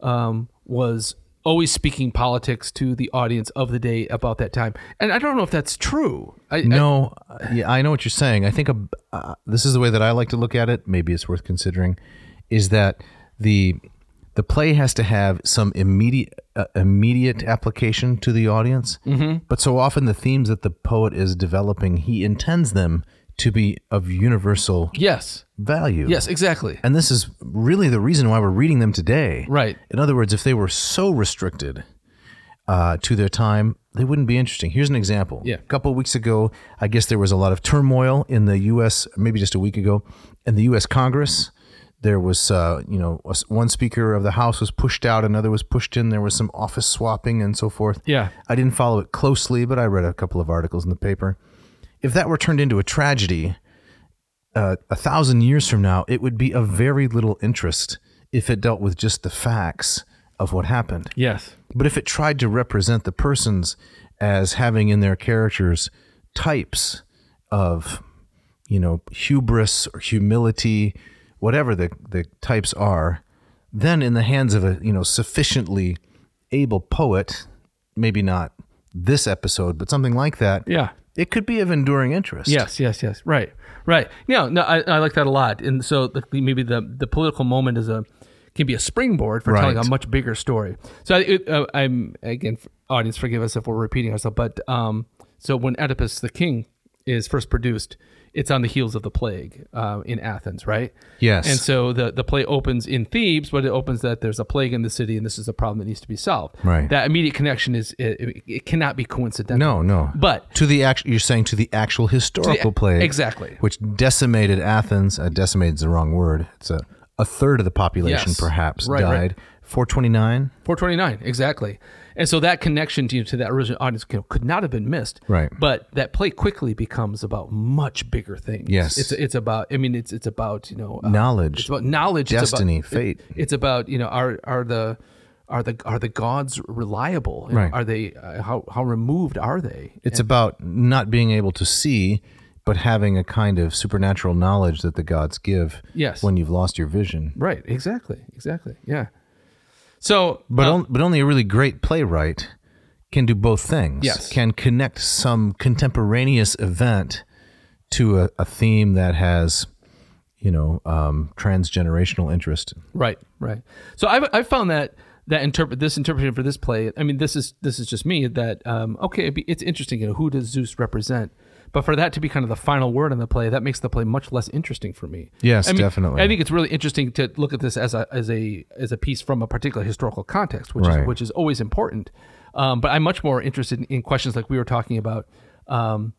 Speaker 1: um, was always speaking politics to the audience of the day about that time, and I don't know if that's true. I, I-
Speaker 2: No, yeah, I know what you're saying. I think a, uh, this is the way that I like to look at it. Maybe it's worth considering, is that the the play has to have some immediate uh, immediate application to the audience. Mm-hmm. But so often the themes that the poet is developing, he intends them to be of universal
Speaker 1: yes,
Speaker 2: value.
Speaker 1: yes, exactly.
Speaker 2: and this is really the reason why we're reading them today.
Speaker 1: Right.
Speaker 2: In other words, if they were so restricted uh, to their time, they wouldn't be interesting. Here's an example.
Speaker 1: Yeah.
Speaker 2: A couple of weeks ago, I guess there was a lot of turmoil in the U.S. Maybe just a week ago, in the U.S. Congress, there was uh, you know a s- one speaker of the House was pushed out, another was pushed in. There was some office swapping and so forth.
Speaker 1: Yeah.
Speaker 2: I didn't follow it closely, but I read a couple of articles in the paper. If that were turned into a tragedy, uh, a thousand years from now, it would be of very little interest if it dealt with just the facts of what happened.
Speaker 1: Yes.
Speaker 2: But if it tried to represent the persons as having in their characters types of, you know, hubris or humility, whatever the, the types are, then in the hands of a, you know, sufficiently able poet, maybe not this episode, but something like that,
Speaker 1: Yeah.
Speaker 2: it could be of enduring interest.
Speaker 1: Yes, yes, yes. Right, right. No, no, I, I like that a lot. And so the, maybe the the political moment is a can be a springboard for telling a
Speaker 2: Right.
Speaker 1: much bigger story. So I, it, uh, I'm again, f- audience, forgive us if we're repeating ourselves, but um, so when Oedipus the King is first produced, it's on the heels of the plague uh, in Athens, right?
Speaker 2: Yes.
Speaker 1: And so the the play opens in Thebes, but it opens that there's a plague in the city, and this is a problem that needs to be solved.
Speaker 2: Right.
Speaker 1: That immediate connection is it, it- it cannot be coincidental.
Speaker 2: No, no.
Speaker 1: But-
Speaker 2: to the actual, you're saying to the actual historical plague,
Speaker 1: exactly.
Speaker 2: which decimated Athens. Uh, decimated is the wrong word. It's a a third of the population,
Speaker 1: Yes.
Speaker 2: perhaps,
Speaker 1: Right, right.
Speaker 2: died. 429.
Speaker 1: 429 exactly And so that connection to, to that original audience you know, could not have been missed.
Speaker 2: Right.
Speaker 1: But that play quickly becomes about much bigger things.
Speaker 2: Yes.
Speaker 1: It's it's about. I mean, it's it's about you know uh,
Speaker 2: Knowledge.
Speaker 1: It's about knowledge.
Speaker 2: Destiny,
Speaker 1: it's about,
Speaker 2: fate.
Speaker 1: it- it's about you know are are the are the are the gods reliable? You know,
Speaker 2: Right.
Speaker 1: Are they uh, how how removed are they?
Speaker 2: It's about not being able to see, but having a kind of supernatural knowledge that the gods give
Speaker 1: Yes.
Speaker 2: when you've lost your vision.
Speaker 1: Right. Exactly. Exactly. Yeah. So,
Speaker 2: But, on, but only a really great playwright can do both things.
Speaker 1: Yes.
Speaker 2: Can connect some contemporaneous event to a, a theme that has, you know, um, transgenerational interest.
Speaker 1: Right, right. So I've I've found that that interpret this interpretation for this play. I mean, this is this is just me that um, okay, it'd be, it's interesting. You know, who does Zeus represent? But for that to be kind of the final word in the play, that makes the play much less interesting for me.
Speaker 2: Yes,
Speaker 1: I mean,
Speaker 2: definitely.
Speaker 1: I think it's really interesting to look at this as a as a as a piece from a particular historical context, which
Speaker 2: Right.
Speaker 1: is which is always important. Um, but I'm much more interested in, in questions like we were talking about. Um,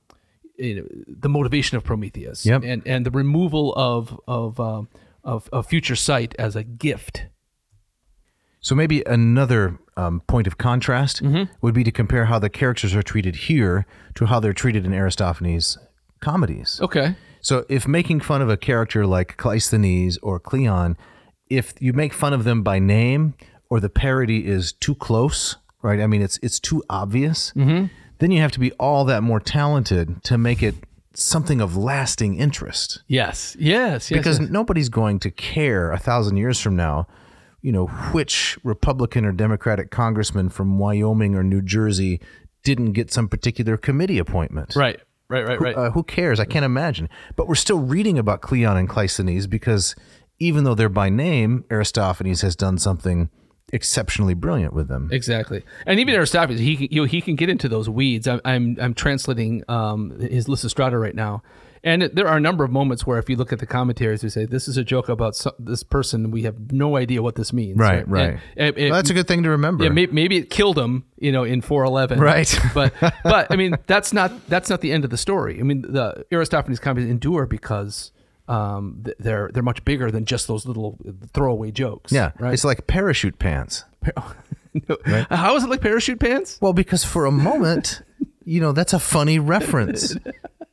Speaker 1: you know, the motivation of Prometheus
Speaker 2: Yep.
Speaker 1: and and the removal of of, um, of of future sight as a gift.
Speaker 2: So maybe another um, point of contrast would be to compare how the characters are treated here to how they're treated in Aristophanes' comedies.
Speaker 1: Okay.
Speaker 2: So if making fun of a character like Cleisthenes or Cleon, if you make fun of them by name or the parody is too close, right? I mean, it's it's too obvious.
Speaker 1: Mm-hmm.
Speaker 2: Then you have to be all that more talented to make it something of lasting interest
Speaker 1: Yes. Yes. yes
Speaker 2: because
Speaker 1: yes.
Speaker 2: nobody's going to care a thousand years from now, you know, which Republican or Democratic congressman from Wyoming or New Jersey didn't get some particular committee appointment.
Speaker 1: right. Right. Right. Right.
Speaker 2: Uh, who cares? I can't imagine. But we're still reading about Cleon and Cleisthenes because even though they're by name, Aristophanes has done something exceptionally brilliant with them.
Speaker 1: Exactly, and even Aristophanes, he can, you know, he can get into those weeds. I'm I'm, I'm translating um, his Lysistrata right now, and it- there are a number of moments where if you look at the commentaries, we say this is a joke about so, this person. We have no idea what this means.
Speaker 2: Right, right.
Speaker 1: And it- it-
Speaker 2: Well, that's a good thing to remember.
Speaker 1: yeah, maybe, maybe it killed him, you know, in 411.
Speaker 2: Right.
Speaker 1: <laughs> but but I mean, that's not that's not the end of the story. I mean, the Aristophanes comedies endure because um, th- they're they're much bigger than just those little throwaway jokes.
Speaker 2: yeah,
Speaker 1: right.
Speaker 2: it's like parachute pants.
Speaker 1: <laughs> No. <laughs> How is it like parachute pants?
Speaker 2: Well, because for
Speaker 1: <laughs>
Speaker 2: a moment, you know, that's a funny reference.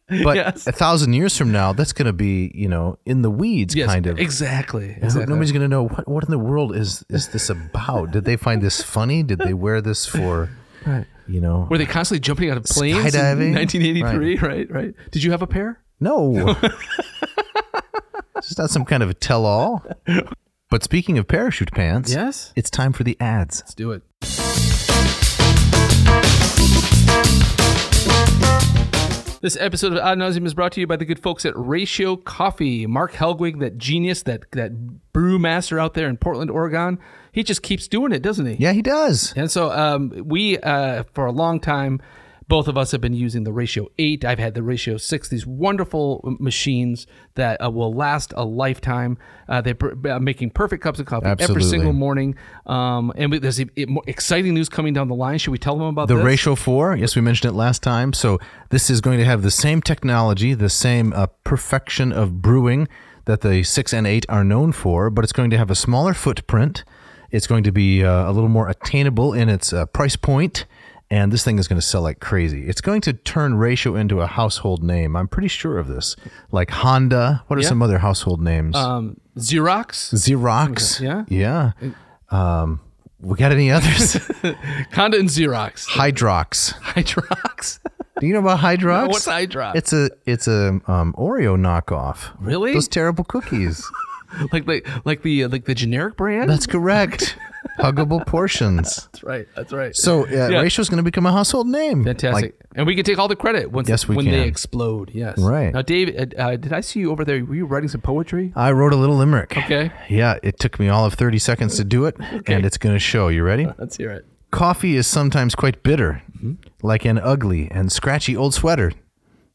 Speaker 2: But
Speaker 1: Yes.
Speaker 2: a thousand years from now, that's going to be, you know, in the weeds,
Speaker 1: Yes,
Speaker 2: kind of.
Speaker 1: exactly.
Speaker 2: Who-
Speaker 1: exactly.
Speaker 2: Nobody's going to know what, what in the world is, is this about? Did they find this funny? Did they wear this
Speaker 1: <laughs>
Speaker 2: for, you know?
Speaker 1: Were they constantly jumping out of planes
Speaker 2: Skydiving?
Speaker 1: in 1983? Right. right, Did you have a pair?
Speaker 2: No. it's not some kind of tell all. But speaking of parachute pants,
Speaker 1: Yes.
Speaker 2: it's time for the ads.
Speaker 1: Let's do it. This episode of Ad Nauseam is brought to you by the good folks at Ratio Coffee. Mark Helwig, that genius, that that brewmaster out there in Portland, Oregon, he just keeps doing it, doesn't he?
Speaker 2: Yeah, he does.
Speaker 1: And so um, we, uh, for a long time, both of us have been using the Ratio 8. I've had the Ratio 6, these wonderful m- machines that uh, will last a lifetime. Uh, they're pr- uh, making perfect cups of coffee every
Speaker 2: Absolutely.
Speaker 1: single morning. Um, and we, there's e- e- more exciting news coming down the line. Should we tell them about
Speaker 2: The
Speaker 1: this?
Speaker 2: Ratio 4, yes, we mentioned it last time. So this is going to have the same technology, the same uh, perfection of brewing that the 6 and 8 are known for, but it's going to have a smaller footprint. It's going to be uh, a little more attainable in its uh, price point, and this thing is going to sell like crazy. It's going to turn Ratio into a household name. I'm pretty sure of this. Like Honda, what are some other household names?
Speaker 1: Um,
Speaker 2: <laughs>
Speaker 1: Xerox,
Speaker 2: Xerox.
Speaker 1: yeah. Uh,
Speaker 2: Yeah. Um, we got any others? <laughs>
Speaker 1: Conda and Xerox,
Speaker 2: Hydrox.
Speaker 1: Hydrox. <laughs>
Speaker 2: Do you know about Hydrox?
Speaker 1: What's Hydrox?
Speaker 2: It's a it's a um, Oreo knockoff.
Speaker 1: Really?
Speaker 2: Those terrible cookies.
Speaker 1: like like like the uh, like the generic brand.
Speaker 2: That's correct. Huggable portions.
Speaker 1: That's right. That's right.
Speaker 2: So uh,
Speaker 1: Yeah.
Speaker 2: Ratio's going to become a household name.
Speaker 1: Fantastic.
Speaker 2: Like,
Speaker 1: and we can take all the credit once
Speaker 2: Yes, we
Speaker 1: when they
Speaker 2: can.
Speaker 1: explode. Yes.
Speaker 2: Right.
Speaker 1: Now, Dave, uh, uh, did I see you over there? Were you writing some poetry?
Speaker 2: I wrote a little limerick.
Speaker 1: Okay.
Speaker 2: Yeah, it took me all of 30 seconds to do it, and it's going to show. You ready?
Speaker 1: Let's hear it.
Speaker 2: Coffee is sometimes quite bitter,
Speaker 1: Mm-hmm.
Speaker 2: like an ugly and scratchy old sweater.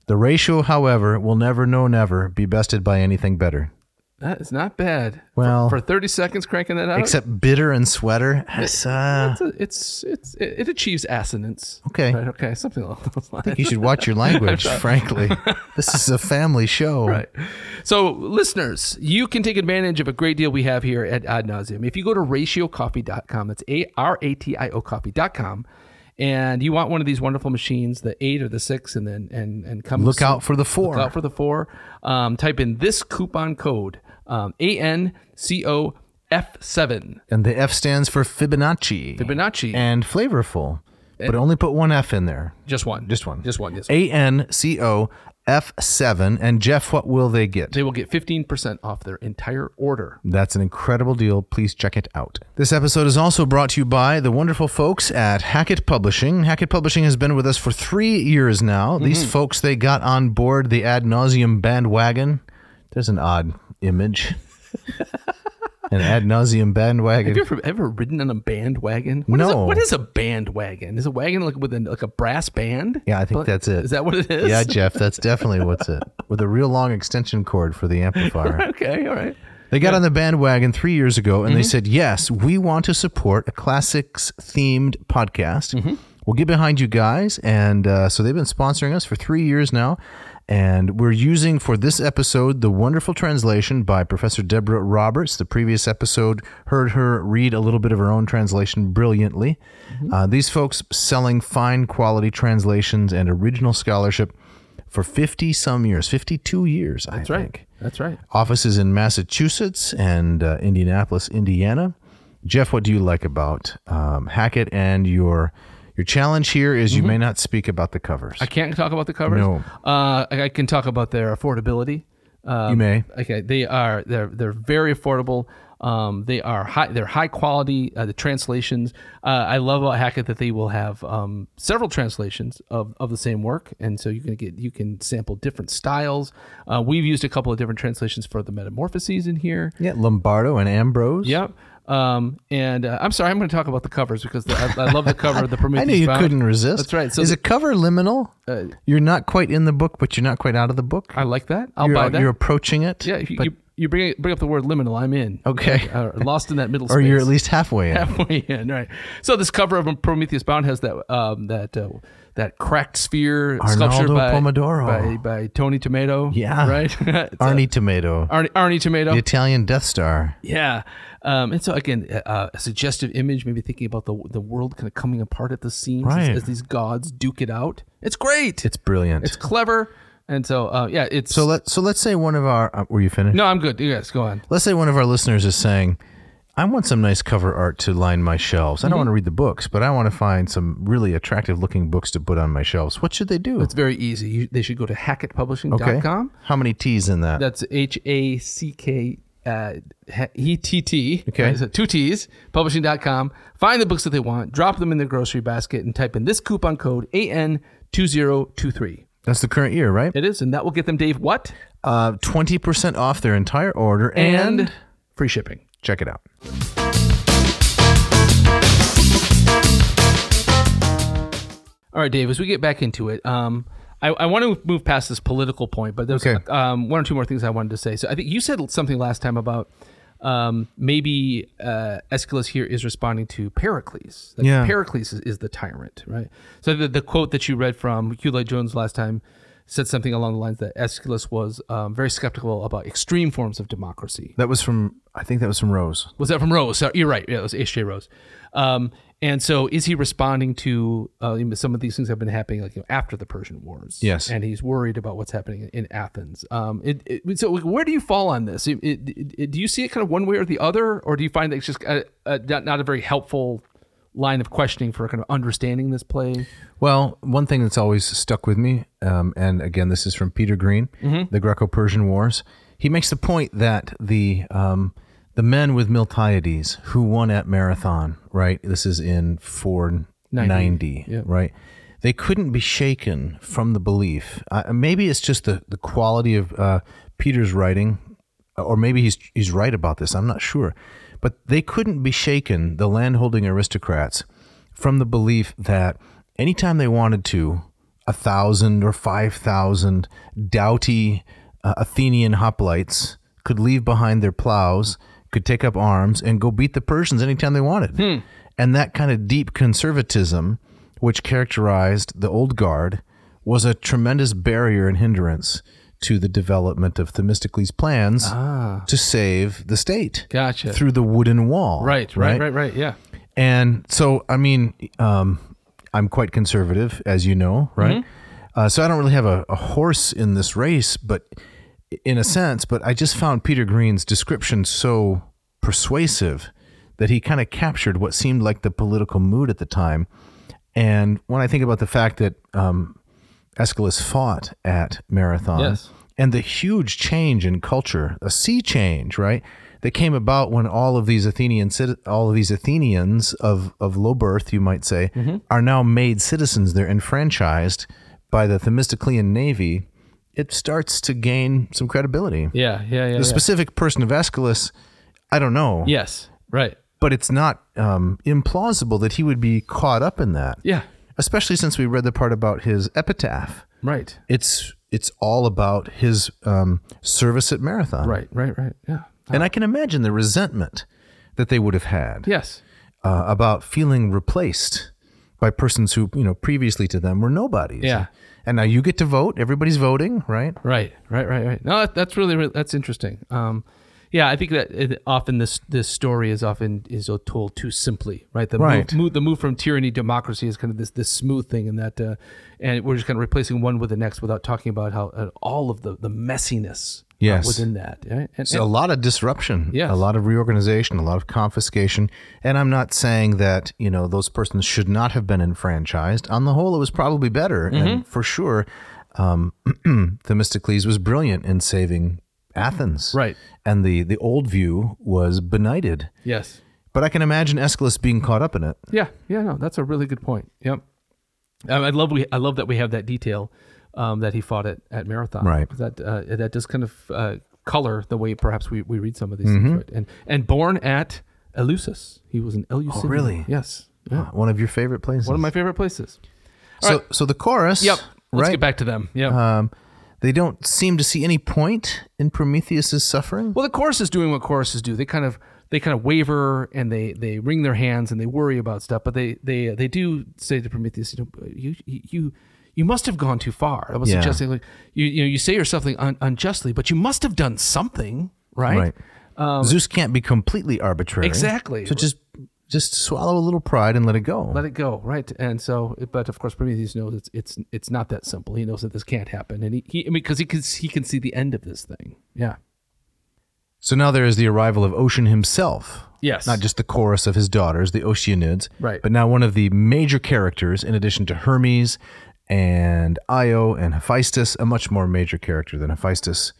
Speaker 2: The ratio, however, will never, no, never be bested by anything better.
Speaker 1: That is not bad.
Speaker 2: Well-
Speaker 1: for, for 30 seconds cranking that out.
Speaker 2: Except bitter and sweater. That's, uh,
Speaker 1: it's, a- it's, it's it, it achieves assonance.
Speaker 2: Okay.
Speaker 1: Right, okay. Something along those lines. <laughs>
Speaker 2: You should watch your language, frankly. This is a family show.
Speaker 1: Right. So, listeners, you can take advantage of a great deal we have here at Ad Nauseum. If you go to ratiocoffee.com, that's A R A T I O coffee.com, and you want one of these wonderful machines, the eight or the six, and then and and come
Speaker 2: Look out for the four.
Speaker 1: Look out for the four. Um, type in this coupon code um, A N C O F seven
Speaker 2: And the F stands for Fibonacci.
Speaker 1: Fibonacci.
Speaker 2: And flavorful. but only put one F in there.
Speaker 1: just one.
Speaker 2: Just one.
Speaker 1: Just one. Just one.
Speaker 2: A N C O F 7. And Jeff, what will they get?
Speaker 1: They will get fifteen percent off their entire order.
Speaker 2: That's an incredible deal. Please check it out. This episode is also brought to you by the wonderful folks at Hackett Publishing. Hackett Publishing has been with us for three years now.
Speaker 1: Mm-hmm.
Speaker 2: These folks, they got on board the ad nauseum bandwagon. There's an odd
Speaker 1: <laughs>
Speaker 2: image. an ad nauseum bandwagon.
Speaker 1: Have you ever, ever ridden on a bandwagon? What is a,
Speaker 2: No.
Speaker 1: what is a bandwagon? Is a wagon like with an, like a brass band?
Speaker 2: Yeah, I think
Speaker 1: But-
Speaker 2: that's it.
Speaker 1: Is that what it is? <laughs>
Speaker 2: yeah, Jeff, that's definitely what's it. With a real long extension cord
Speaker 1: <laughs>
Speaker 2: for the amplifier.
Speaker 1: okay. All right.
Speaker 2: They got on the bandwagon three years ago
Speaker 1: Mm-hmm.
Speaker 2: and they said, yes, we want to support a classics themed podcast.
Speaker 1: Mm-hmm.
Speaker 2: We'll get behind you guys. And uh, so they've been sponsoring us for three years now. And we're using for this episode the wonderful translation by Professor Deborah Roberts. The previous episode heard her read a little bit of her own translation brilliantly.
Speaker 1: Mm-hmm.
Speaker 2: Uh, these folks selling fine quality translations and original scholarship for 50 some years, 52 years, I
Speaker 1: That's right.
Speaker 2: think
Speaker 1: That's right.
Speaker 2: offices in Massachusetts and uh, Indianapolis, Indiana. Jeff, what do you like about um, Hackett and your your challenge here is you may not speak about the covers.
Speaker 1: Mm-hmm. I can't talk about the covers.
Speaker 2: No.
Speaker 1: Uh, I I can talk about their affordability. Um,
Speaker 2: you may.
Speaker 1: Okay, they are they're they're very affordable. Um, they are high. They're high quality. Uh, the translations. Uh, I love about Hackett that they will have um, several translations of, of the same work, and so you can get you can sample different styles. Uh, we've used a couple of different translations for the Metamorphoses in here.
Speaker 2: Yeah, Lombardo and Ambrose.
Speaker 1: Yep. Um, and uh, I'm sorry, I'm going to talk about the covers because the, I, I love the cover
Speaker 2: <laughs>
Speaker 1: of the
Speaker 2: I
Speaker 1: Prometheus.
Speaker 2: knew you
Speaker 1: Bound.
Speaker 2: couldn't resist.
Speaker 1: That's right. So
Speaker 2: is
Speaker 1: the- Uh,
Speaker 2: a cover liminal? you're not quite in the book, but you're not quite out of the book.
Speaker 1: I like that. I'll
Speaker 2: you're,
Speaker 1: buy that.
Speaker 2: You're approaching it.
Speaker 1: Yeah, if you, you, you bring bring up the word liminal, I'm in.
Speaker 2: Okay.
Speaker 1: Uh, lost in that middle.
Speaker 2: or
Speaker 1: space.
Speaker 2: you're at least halfway
Speaker 1: <laughs>
Speaker 2: in.
Speaker 1: halfway in, right? So this cover of Prometheus Bound has that um, that uh, that cracked sphere sculpture
Speaker 2: Arnaldo
Speaker 1: by,
Speaker 2: Pomodoro.
Speaker 1: by by Tony Tomato.
Speaker 2: Yeah.
Speaker 1: right. <laughs> It's, uh,
Speaker 2: Arnie Tomato,
Speaker 1: Arnie, Arnie Tomato.
Speaker 2: the Italian Death Star.
Speaker 1: Yeah, um, and so again, uh, a suggestive image, maybe thinking about the the world kind of coming apart at the seams as-
Speaker 2: Right.
Speaker 1: as, these gods duke it out. It's great.
Speaker 2: It's brilliant.
Speaker 1: It's clever, and so uh, yeah, it's
Speaker 2: so let so let's say one of our uh, were you finished?
Speaker 1: no, I'm good. You guys go on.
Speaker 2: Let's say one of our listeners is saying, I want some nice cover art to line my shelves. I don't want to read the books, but I want to find some really attractive looking books to put on my shelves. What should they do?
Speaker 1: It's very easy. You, they should go to hackettpublishing.com.
Speaker 2: How many T's in that?
Speaker 1: That's H A C K uh, E T T.
Speaker 2: Okay.
Speaker 1: So two T's, publishing.com. Find the books that they want, drop them in their grocery basket, and type in this coupon code AN2023.
Speaker 2: That's the current year, right?
Speaker 1: It is, and that will get them, Dave, what?
Speaker 2: Uh, 20% off their entire order and,
Speaker 1: free shipping.
Speaker 2: check it out.
Speaker 1: All right, Dave, as we get back into it, um, I, I want to move past this political point, but there's
Speaker 2: Okay.
Speaker 1: um, one or two more things I wanted to say. So I think you said something last time about um, maybe uh, Aeschylus here is responding to Pericles. Like
Speaker 2: Yeah.
Speaker 1: Pericles is, is the tyrant, right? So the, the quote that you read from Hewlett Jones last time said something along the lines that Aeschylus was um, very skeptical about extreme forms of democracy.
Speaker 2: That was from, I think that was from Rose.
Speaker 1: Was that from Rose? Sorry, You're right. Yeah, it was H.J. Rose. Um, and so, is he responding to uh, you know, some of these things have been happening, like you know, after the Persian Wars?
Speaker 2: Yes.
Speaker 1: And he's worried about what's happening in Athens. Um, it, it, so, where do you fall on this? It- it- it- do you see it kind of one way or the other, or do you find that it's just a, a, not, not a very helpful line of questioning for kind of understanding this play?
Speaker 2: Well, one thing that's always stuck with me, um, and again, this is from Peter Green, the Greco-Persian Wars. He makes the point that the um, the men with Miltiades who won at Marathon, right? This is in 490,
Speaker 1: yeah.
Speaker 2: right? They couldn't be shaken from the belief. Uh, maybe it's just the the quality of uh, Peter's writing or maybe he's he's right about this. I'm not sure, but they couldn't be shaken, the landholding aristocrats, from the belief that anytime they wanted to, a thousand or five thousand doughty uh, Athenian hoplites could leave behind their plows, could take up arms, and go beat the Persians anytime they wanted.
Speaker 1: Hmm.
Speaker 2: And that kind of deep conservatism, which characterized the old guard, was a tremendous barrier and hindrance to the development of Themistocles' plans to save the
Speaker 1: Ah.
Speaker 2: state.
Speaker 1: Gotcha.
Speaker 2: Through the wooden wall.
Speaker 1: Right, right, right, right. Yeah.
Speaker 2: And so, I mean, um, I'm quite conservative, as you know, right? Uh, so I don't really have a, a horse in this race, but in a sense, but I just found Peter Green's description so persuasive that he kind of captured what seemed like the political mood at the time. And when I think about the fact that um, Aeschylus fought at Marathon
Speaker 1: Yes.
Speaker 2: and the huge change in culture, a sea change, right? That came about when all of these Athenian citi- all of these Athenians of of low birth, you might say,
Speaker 1: Mm-hmm.
Speaker 2: are now made citizens. They're enfranchised by the Themistoclean navy. It starts to gain some credibility.
Speaker 1: Yeah. Yeah. Yeah.
Speaker 2: The
Speaker 1: yeah.
Speaker 2: specific person of Aeschylus, I don't know,
Speaker 1: yes. Right.
Speaker 2: but it's not um, implausible that he would be caught up in that.
Speaker 1: Yeah.
Speaker 2: Especially since we read the part about his epitaph
Speaker 1: Right.
Speaker 2: it's it's all about his um, service at Marathon.
Speaker 1: Right. Right. Right. Yeah.
Speaker 2: And I can imagine the resentment that they would have had
Speaker 1: Yes.
Speaker 2: uh, about feeling replaced by persons who you know previously to them were nobodies.
Speaker 1: Yeah.
Speaker 2: And now you get to vote. Everybody's voting, right?
Speaker 1: Right, right, right, right. No, that, that's really, really that's interesting. Um, yeah, I think that it, often this this story is often is told too simply, right? The
Speaker 2: Right.
Speaker 1: Move, move, the move from tyranny to democracy is kind of this this smooth thing, and that uh, and we're just kind of replacing one with the next without talking about how uh, all of the the messiness uh,
Speaker 2: Yes.
Speaker 1: within that. Right? And,
Speaker 2: So a lot of disruption,
Speaker 1: Yes.
Speaker 2: a lot of reorganization, a lot of confiscation. And I'm not saying that, you know, those persons should not have been enfranchised. On the whole, it was probably better.
Speaker 1: Mm-hmm.
Speaker 2: And for sure, um, <clears throat> Themistocles was brilliant in saving Athens.
Speaker 1: Right.
Speaker 2: And the, the old view was benighted.
Speaker 1: yes.
Speaker 2: But I can imagine Aeschylus being caught up in it.
Speaker 1: Yeah, yeah, no, that's a really good point. Yep, Um, I love we I love that we have that detail um, that he fought at, at Marathon.
Speaker 2: Right.
Speaker 1: That uh, that does kind of uh, color the way perhaps we, we read some of these
Speaker 2: Mm-hmm.
Speaker 1: things. Right? And and born at Eleusis, he was an Eleusis.
Speaker 2: Oh, really?
Speaker 1: Yes. Yeah.
Speaker 2: One of your favorite places.
Speaker 1: One of my favorite places.
Speaker 2: so, so the chorus.
Speaker 1: Yep. Let's
Speaker 2: right.
Speaker 1: get back to them. Yeah.
Speaker 2: Um, they don't seem to see any point in Prometheus's suffering.
Speaker 1: well, the choruses doing what choruses do. They kind of they kind of waver and they they wring their hands and they worry about stuff. But they they they do say to Prometheus, you know, you you you must have gone too far. I was
Speaker 2: Yeah.
Speaker 1: suggesting like you you know you say yourself something un- unjustly, but you must have done something, right? Um,
Speaker 2: Right. Zeus can't be completely arbitrary.
Speaker 1: Exactly.
Speaker 2: So just just swallow a little pride and let it go.
Speaker 1: Let it go, right? And so, but of course, Prometheus knows it's it's it's not that simple. He knows that this can't happen, and he, he I mean, because he can he can see the end of this thing. Yeah.
Speaker 2: so now there is the arrival of Ocean himself.
Speaker 1: Yes.
Speaker 2: Not just the chorus of his daughters, the Oceanids,
Speaker 1: Right.
Speaker 2: but now one of the major characters, in addition to Hermes and Io and Hephaestus, a much more major character than Hephaestus.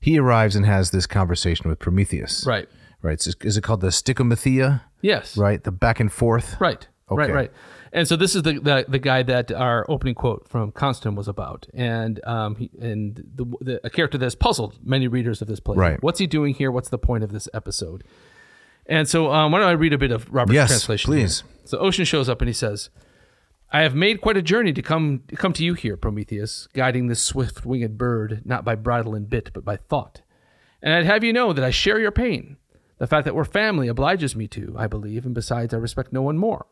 Speaker 2: He arrives and has this conversation with Prometheus.
Speaker 1: right.
Speaker 2: Right. So is it called the Stichomathia?
Speaker 1: Yes.
Speaker 2: Right. The back and forth.
Speaker 1: Right. Right.
Speaker 2: Okay.
Speaker 1: Right. And so this is the, the the guy that our opening quote from Constant was about, and um, he, and the, the a character that's puzzled many readers of this play.
Speaker 2: Right.
Speaker 1: What's he doing here? What's the point of this episode? And so, um, why don't I read a bit of Robert's
Speaker 2: Yes,
Speaker 1: translation? here?
Speaker 2: please.
Speaker 1: So Ocean shows up and he says, "I have made quite a journey to come to come to you here, Prometheus, guiding this swift winged bird not by bridle and bit, but by thought. And I'd have you know that I share your pain. The fact that we're family obliges me to, I believe, and besides, I respect no one more.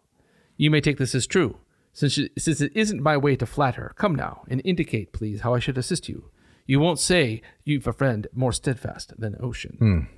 Speaker 1: You may take this as true, since since it isn't my way to flatter. Come now and indicate, please, how I should assist you. You won't say you've a friend more steadfast than Ocean."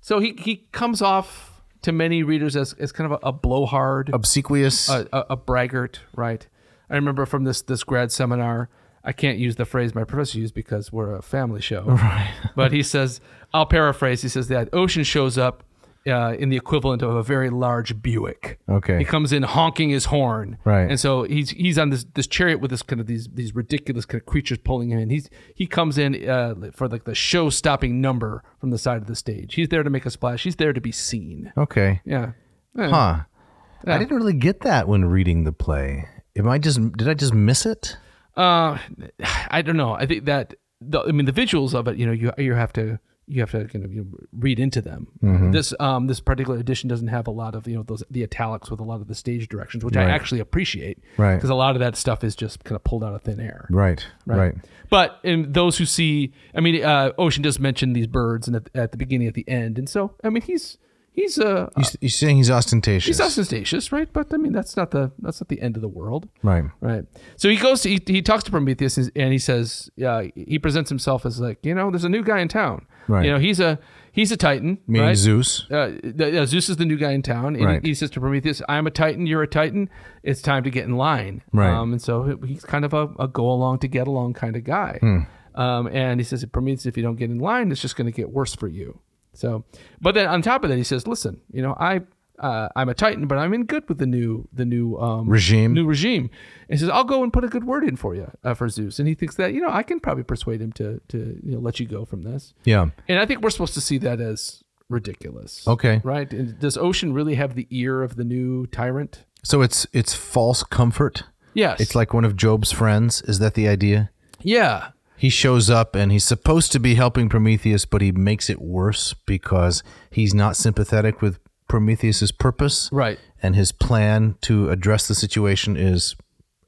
Speaker 1: So he, he comes off to many readers as, as kind of a, a blowhard, a,
Speaker 2: Obsequious.
Speaker 1: a, a braggart, right? I remember from this this grad seminar, I can't use the phrase my professor used because we're a family
Speaker 2: <laughs>
Speaker 1: show. Right. but he says, I'll paraphrase. He says that Ocean shows up uh, in the equivalent of a very large Buick.
Speaker 2: Okay.
Speaker 1: He comes in honking his horn.
Speaker 2: Right.
Speaker 1: And so he's he's on this this chariot with this kind of these these ridiculous kind of creatures pulling him in. He's he comes in uh, for like the show stopping number from the side of the stage. He's there to make a splash. He's there to be seen.
Speaker 2: okay.
Speaker 1: Yeah.
Speaker 2: Huh. I didn't really get that when reading the play. Am I just did I just miss it?
Speaker 1: Uh, I don't know. I think that the, I mean the visuals of it. You know, you you have to you have to kind of you know, read into them.
Speaker 2: Mm-hmm.
Speaker 1: This um this particular edition doesn't have a lot of you know those the italics with a lot of the stage directions, which I actually appreciate.
Speaker 2: Right.
Speaker 1: Because a lot of that stuff is just kind of pulled out of thin air.
Speaker 2: Right. Right.
Speaker 1: But in those who see, I mean, uh, Ocean just mentioned these birds and at, at the beginning, at the end, and so I mean, he's he He's a
Speaker 2: He's, he's saying he's ostentatious.
Speaker 1: he's ostentatious, right? But I mean, that's not the that's not the end of the world.
Speaker 2: right.
Speaker 1: Right. So he goes to, he, he talks to Prometheus and and he says, yeah, he presents himself as like, you know, there's a new guy in town.
Speaker 2: Right.
Speaker 1: You know, he's a, he's a Titan.
Speaker 2: Meaning
Speaker 1: right?
Speaker 2: Zeus.
Speaker 1: Uh, th- yeah, Zeus is the new guy in town. And
Speaker 2: Right.
Speaker 1: he, he says to Prometheus, I'm a Titan. You're a Titan. It's time to get in line.
Speaker 2: Right.
Speaker 1: Um, and so he- he's kind of a, a go along to get along kind of guy.
Speaker 2: Hmm.
Speaker 1: Um, and he says, Prometheus, if you don't get in line, it's just going to get worse for you. So, but then on top of that, he says, listen, you know, I, uh, I'm a Titan, but I'm in good with the new, the new, um,
Speaker 2: Regime.
Speaker 1: new regime. And he says, I'll go and put a good word in for you, uh, for Zeus. And he thinks that, you know, I can probably persuade him to, to, you know, let you go from this.
Speaker 2: Yeah.
Speaker 1: And I think we're supposed to see that as ridiculous.
Speaker 2: Okay.
Speaker 1: Right? And does Ocean really have the ear of the new tyrant?
Speaker 2: So it's it's false comfort.
Speaker 1: Yes.
Speaker 2: It's like one of Job's friends. Is that the idea?
Speaker 1: yeah.
Speaker 2: He shows up and he's supposed to be helping Prometheus, but he makes it worse because he's not sympathetic with Prometheus's purpose.
Speaker 1: Right.
Speaker 2: And his plan to address the situation is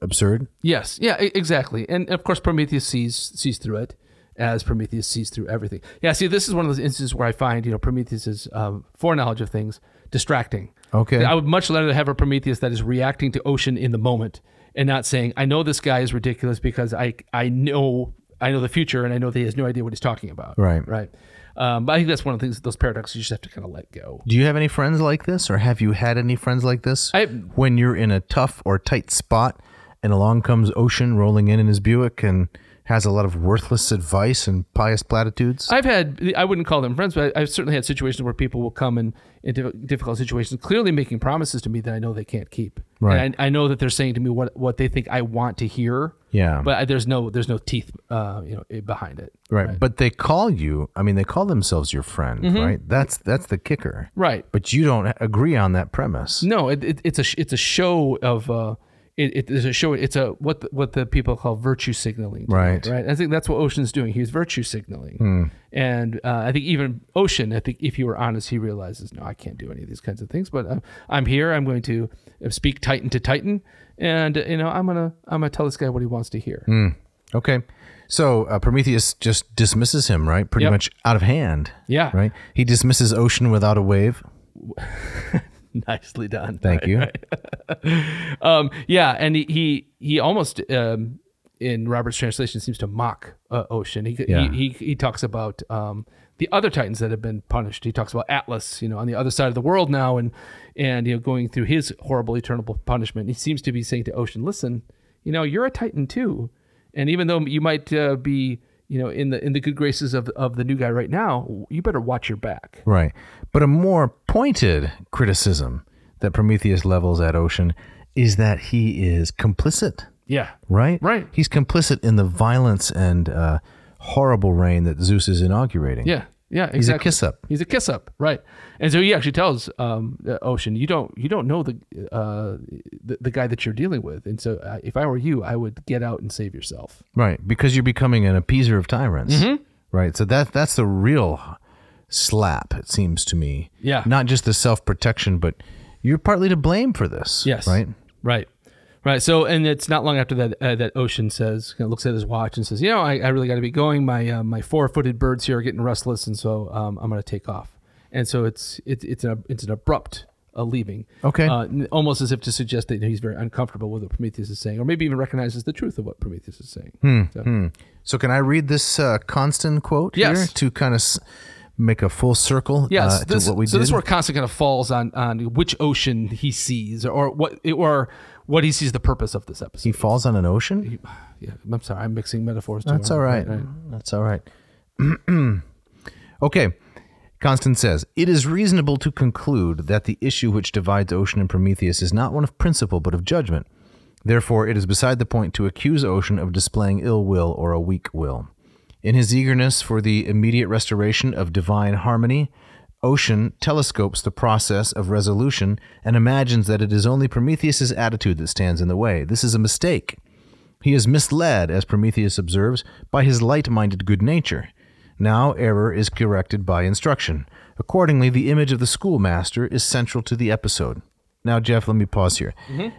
Speaker 2: absurd.
Speaker 1: Yes. Yeah, e- exactly. And of course Prometheus sees sees through it as Prometheus sees through everything. Yeah, see this is one of those instances where I find, you know, Prometheus's um, foreknowledge of things distracting.
Speaker 2: Okay.
Speaker 1: I would much rather have a Prometheus that is reacting to Ocean in the moment and not saying, "I know this guy is ridiculous because I I know I know the future and I know that he has no idea what he's talking about."
Speaker 2: Right.
Speaker 1: Right. Um, but I think that's one of the things those paradoxes you just have to kind of let go.
Speaker 2: Do you have any friends like this, or have you had any friends like this?
Speaker 1: I-
Speaker 2: when you're in a tough or tight spot, and along comes Ocean rolling in in his Buick and has a lot of worthless advice and pious platitudes.
Speaker 1: I've had I wouldn't call them friends, but I've certainly had situations where people will come in in diff- difficult situations, clearly making promises to me that I know they can't keep.
Speaker 2: Right.
Speaker 1: And I, I know that they're saying to me what what they think I want to hear.
Speaker 2: Yeah.
Speaker 1: But I, there's no there's no teeth, uh, you know, behind it.
Speaker 2: right. But they call you. I mean, they call themselves your friend, right? That's that's the kicker.
Speaker 1: Mm-hmm. Right.
Speaker 2: But you don't agree on that premise.
Speaker 1: No, it, it, it's a sh- it's a show of uh, it, it is a show. It's a what the, what the people call virtue signaling, today,
Speaker 2: Right. Hmm.
Speaker 1: Right. I think that's what Ocean's doing. He's virtue signaling, and uh, I think even Ocean, I think if he were honest, he realizes, no, I can't do any of these kinds of things. But uh, I'm here. I'm going to uh, speak Titan to Titan, and uh, you know, I'm gonna I'm gonna tell this guy what he wants to hear.
Speaker 2: Hmm. Okay. So uh, Prometheus just dismisses him, right? Pretty
Speaker 1: Yep.
Speaker 2: much out of hand.
Speaker 1: Yeah.
Speaker 2: Right. He dismisses Ocean without a wave.
Speaker 1: <laughs> Nicely done.
Speaker 2: Thank you.
Speaker 1: Um, yeah, and he he, he almost um, in Robert's translation seems to mock uh, Ocean. He,
Speaker 2: Yeah.
Speaker 1: he, he he talks about um, the other Titans that have been punished. He talks about Atlas, you know, on the other side of the world now, and and you know going through his horrible eternal punishment. He seems to be saying to Ocean, "Listen, you know, you're a Titan too, and even though you might uh, be." You know, in the in the good graces of, of the new guy right now, you better watch your back.
Speaker 2: Right. But a more pointed criticism that Prometheus levels at Ocean is that he is complicit,
Speaker 1: Yeah,
Speaker 2: right?
Speaker 1: Right.
Speaker 2: He's complicit in the violence and uh, horrible reign that Zeus is inaugurating.
Speaker 1: yeah, yeah. Exactly.
Speaker 2: He's a kiss up.
Speaker 1: He's a kiss up, right? And so he actually tells um, uh, Ocean, "You don't, you don't know the, uh, the the guy that you're dealing with." And so, uh, if I were you, I would get out and save yourself.
Speaker 2: Right. Because you're becoming an appeaser of tyrants.
Speaker 1: Mm-hmm.
Speaker 2: Right. So that that's the real slap, it seems to me.
Speaker 1: Yeah.
Speaker 2: Not just the self protection, but you're partly to blame for this.
Speaker 1: Yes.
Speaker 2: Right?
Speaker 1: Right. Right. So, and it's not long after that uh, that Ocean says, kind of looks at his watch and says, "You know, I, I really got to be going. My uh, my four footed birds here are getting restless, and so um, I'm going to take off." And so it's it's it's an it's an abrupt uh, leaving.
Speaker 2: Okay.
Speaker 1: Uh, n- almost as if to suggest that he's very uncomfortable with what Prometheus is saying, or maybe even recognizes the truth of what Prometheus is saying.
Speaker 2: Hmm.
Speaker 1: So-
Speaker 2: So can I read this uh, Constant quote here
Speaker 1: Yes.
Speaker 2: to kind of s- make a full circle
Speaker 1: Yes,
Speaker 2: uh,
Speaker 1: this,
Speaker 2: to what we
Speaker 1: so
Speaker 2: did?
Speaker 1: this is where Constant kind of falls on on which ocean he sees, or what, or what he sees the purpose of this episode.
Speaker 2: he falls on an ocean?
Speaker 1: yeah, I'm sorry, I'm mixing metaphors. Too
Speaker 2: That's all right. That's all right. <clears throat> okay. Constant says, It is reasonable to conclude that the issue which divides Ocean and Prometheus is not one of principle, but of judgment. Therefore, it is beside the point to accuse Ocean of displaying ill will or a weak will. In his eagerness for the immediate restoration of divine harmony, Ocean telescopes the process of resolution and imagines that it is only Prometheus's attitude that stands in the way. This is a mistake. He is misled, as Prometheus observes, by his light minded good nature. Now error is corrected by instruction. Accordingly, the image of the schoolmaster is central to the episode. Now, Jeff, let me pause here.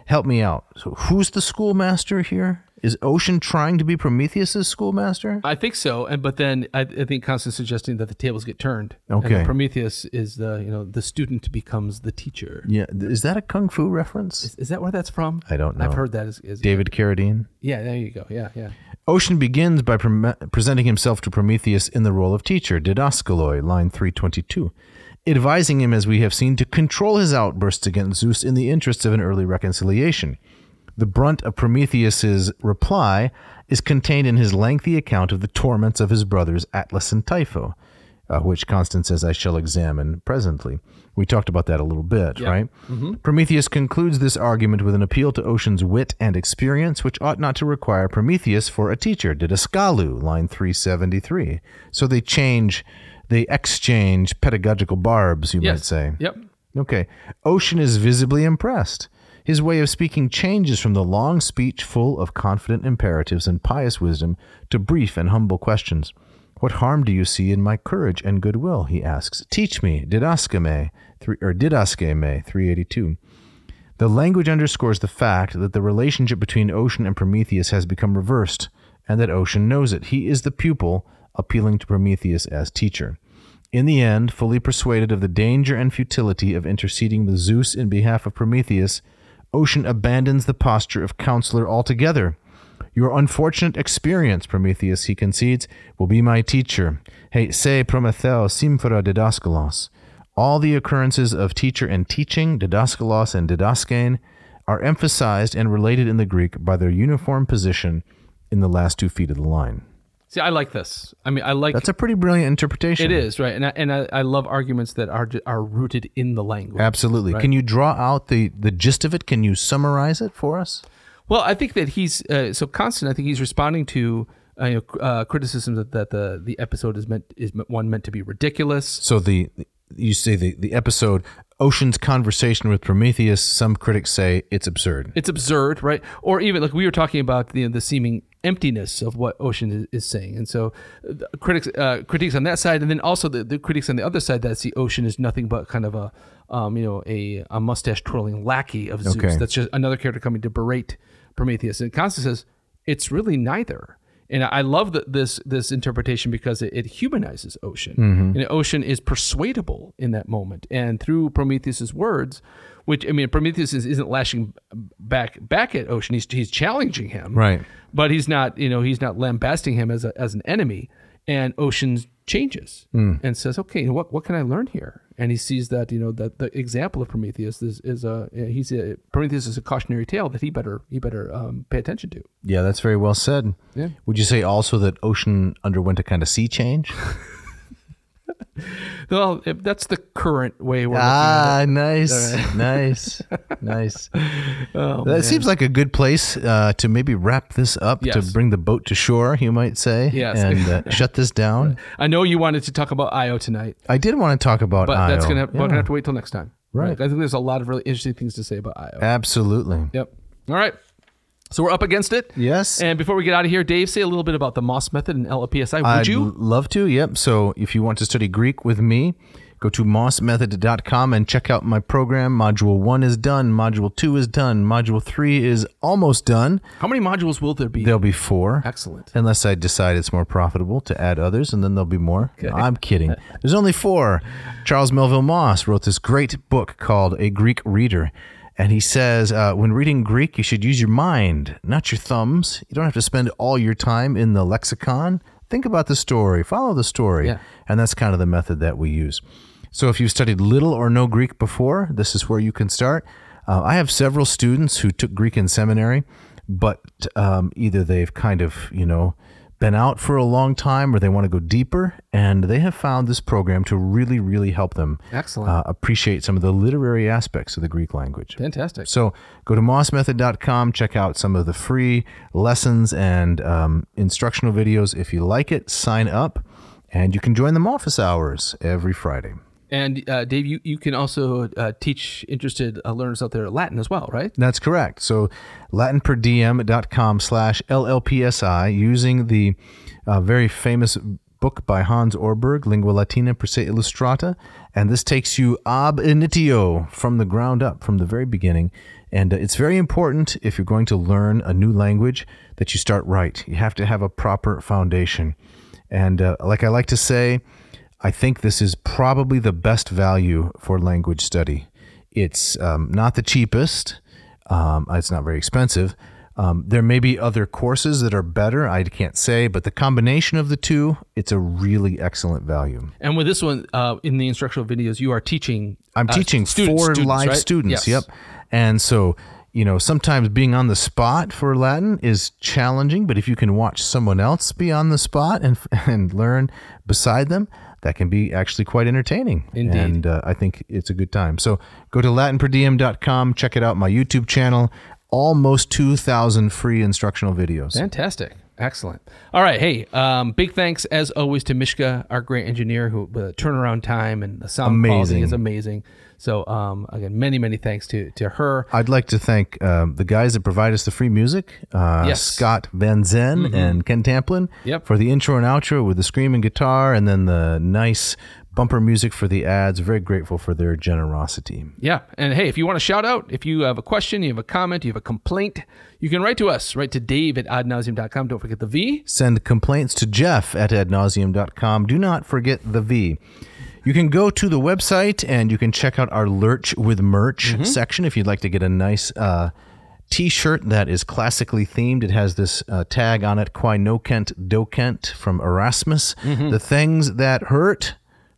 Speaker 2: Help me out. So, who's the schoolmaster here? Is Ocean trying to be Prometheus's schoolmaster?
Speaker 1: I think so, and but then I, I think Constance's suggesting that the tables get turned. and that
Speaker 2: Okay.
Speaker 1: Prometheus is the you know the student becomes the teacher.
Speaker 2: Yeah. th- Is that a kung fu reference?
Speaker 1: Is that where that's from?
Speaker 2: I don't
Speaker 1: I've
Speaker 2: know.
Speaker 1: heard that is, is
Speaker 2: David Carradine.
Speaker 1: Yeah, there you go. Yeah, yeah.
Speaker 2: Ocean begins by pre- presenting himself to Prometheus in the role of teacher, Didaskaloi, line 322, advising him, as we have seen, to control his outbursts against Zeus in the interests of an early reconciliation. The brunt of Prometheus's reply is contained in his lengthy account of the torments of his brothers Atlas and Typho, uh, which Constance says I shall examine presently. We talked about that a little bit, right? Prometheus concludes this argument with an appeal to Ocean's wit and experience, which ought not to require Prometheus for a teacher. Didaskalu, line 373. So they change, they exchange pedagogical barbs, you might
Speaker 1: Yes.
Speaker 2: say.
Speaker 1: Yep.
Speaker 2: Okay. Ocean is visibly impressed. His way of speaking changes from the long speech full of confident imperatives and pious wisdom to brief and humble questions. What harm do you see in my courage and goodwill? He asks. Teach me, didaskeme, three, or didaskeme, 382. The language underscores the fact that the relationship between Ocean and Prometheus has become reversed, and that Ocean knows it. He is the pupil, appealing to Prometheus as teacher. In the end, fully persuaded of the danger and futility of interceding with Zeus in behalf of Prometheus, Ocean abandons the posture of counselor altogether. Your unfortunate experience, Prometheus, he concedes, will be my teacher. Hey, se Prometheo symphora didaskalos. All the occurrences of teacher and teaching, didaskalos and didaskane, are emphasized and related in the Greek by their uniform position in the last two feet of the line.
Speaker 1: See, I like this. I mean, I like
Speaker 2: That's a pretty brilliant interpretation.
Speaker 1: it is right, and I, and I, I love arguments that are ju- are rooted in the language.
Speaker 2: Absolutely. Can you draw out the, the gist of it? Can you summarize it for us?
Speaker 1: Well, I think that he's uh, so constant. I think he's responding to uh, you know, cr- uh, criticisms that, that the the episode is meant is meant- one meant to be ridiculous.
Speaker 2: So the you say the, the episode Ocean's conversation with Prometheus, some critics say it's absurd.
Speaker 1: It's absurd, right? Or even like we were talking about the the seeming emptiness of what Ocean is, is saying, and so uh, the critics uh, critiques on that side, and then also the, the critics on the other side that see Ocean is nothing but kind of a um, you know a, a mustache twirling lackey of Zeus.
Speaker 2: Okay.
Speaker 1: That's just another character coming to berate Prometheus. And Constance says it's really neither. And I love that this this interpretation because it, it humanizes Ocean. And Ocean is persuadable in that moment, and through Prometheus's words, which I mean, Prometheus is, isn't lashing back back at Ocean. He's he's challenging him,
Speaker 2: Right.
Speaker 1: But he's not you know he's not lambasting him as a, as an enemy. And Ocean changes
Speaker 2: Hmm.
Speaker 1: and says, okay, what what can I learn here? And he sees that you know that the example of Prometheus is, is a he's a, Prometheus is a cautionary tale that he better he better um, pay attention to.
Speaker 2: Yeah, that's very well said.
Speaker 1: Yeah.
Speaker 2: Would you say also that Ocean underwent a kind of
Speaker 1: <laughs>
Speaker 2: sea change?
Speaker 1: Well, if that's the current way we're looking at it.
Speaker 2: ah, nice, nice,
Speaker 1: <laughs>
Speaker 2: nice.
Speaker 1: Oh,
Speaker 2: that seems like a good place uh, to maybe wrap this up
Speaker 1: Yes.
Speaker 2: to bring the boat to shore, you might say,
Speaker 1: Yes.
Speaker 2: and
Speaker 1: <laughs>
Speaker 2: uh, shut this down.
Speaker 1: I know you wanted to talk about IO tonight,
Speaker 2: I did want to talk about,
Speaker 1: but that's
Speaker 2: Io.
Speaker 1: gonna we're gonna
Speaker 2: Yeah,
Speaker 1: have to wait till next time.
Speaker 2: Right.
Speaker 1: I think there's a lot of really interesting things to say about IO.
Speaker 2: absolutely.
Speaker 1: Yep. All right. So we're up against it.
Speaker 2: Yes.
Speaker 1: And before we get out of here, Dave, say a little bit about the Moss method and LPSI. Would
Speaker 2: I'd
Speaker 1: you?
Speaker 2: l- love to. Yep. So if you want to study Greek with me, go to mossmethod.com and check out my program. Module one is done. Module two is done. Module three is almost done.
Speaker 1: How many modules will there be?
Speaker 2: There'll be four.
Speaker 1: Excellent.
Speaker 2: Unless I decide it's more profitable to add others, and then there'll be more. No,
Speaker 1: <laughs>
Speaker 2: I'm kidding. There's only four. Charles Melville Moss wrote this great book called A Greek Reader. And he says, uh, when reading Greek, you should use your mind, not your thumbs. You don't have to spend all your time in the lexicon. Think about the story, follow the story.
Speaker 1: Yeah.
Speaker 2: And that's kind of the method that we use. So if you've studied little or no Greek before, this is where you can start. Uh, I have several students who took Greek in seminary, but um, either they've kind of, you know, been out for a long time or they want to go deeper, and they have found this program to really, really help them
Speaker 1: Excellent.
Speaker 2: uh, appreciate some of the literary aspects of the Greek language.
Speaker 1: Fantastic.
Speaker 2: So go to mossmethod.com, check out some of the free lessons and um, instructional videos. If you like it, sign up, and you can join the office hours every Friday.
Speaker 1: And uh, Dave, you, you can also uh, teach interested uh, learners out there Latin as well, right?
Speaker 2: That's correct. So latinperdiem.com slash LLPSI using the uh, very famous book by Hans Orberg, Lingua Latina per se illustrata, and this takes you ab initio from the ground up, from the very beginning. And uh, it's very important if you're going to learn a new language that you start right. You have to have a proper foundation. And uh, like I like to say, I think this is probably the best value for language study. It's um, not the cheapest. Um, it's not very expensive. Um, there may be other courses that are better. I can't say, but the combination of the two, it's a really excellent value.
Speaker 1: And with this one, uh, in the instructional videos, you are teaching.
Speaker 2: I'm
Speaker 1: uh,
Speaker 2: teaching
Speaker 1: students-
Speaker 2: four
Speaker 1: students,
Speaker 2: live
Speaker 1: right? Yes.
Speaker 2: students. Yep. And so, you know, sometimes being on the spot for Latin is challenging, but if you can watch someone else be on the spot and <laughs> and learn beside them, that can be actually quite entertaining.
Speaker 1: Indeed.
Speaker 2: And uh, I think it's a good time. So go to latinperdiem.com, check it out, my YouTube channel, almost 2,000 free instructional videos.
Speaker 1: Fantastic. Excellent. All right. Hey, um, big thanks as always to Mishka, our great engineer, who with the turnaround time and the sound quality
Speaker 2: Amazing.
Speaker 1: is amazing. So um, again, many many thanks to to her.
Speaker 2: I'd like to thank um, the guys that provide us the free music, uh,
Speaker 1: Yes. Mm-hmm.
Speaker 2: Scott Van Zen and Ken Tamplin,
Speaker 1: Yep.
Speaker 2: for the intro and outro with the screaming guitar and then the nice bumper music for the ads. Very grateful for their generosity.
Speaker 1: Yeah. And hey, if you want a shout out, if you have a question, you have a comment, you have a complaint, you can write to us. Write to Dave at oddnauseum.com. Don't forget the V.
Speaker 2: Send complaints to Jeff at adnauseum.com. Do not forget the V. You can go to the website and you can check out our Lurch with Merch
Speaker 1: Mm-hmm.
Speaker 2: section if you'd like to get a nice uh, t shirt that is classically themed. It has this uh, tag on it Qui no Kent do Kent from Erasmus. The things that hurt,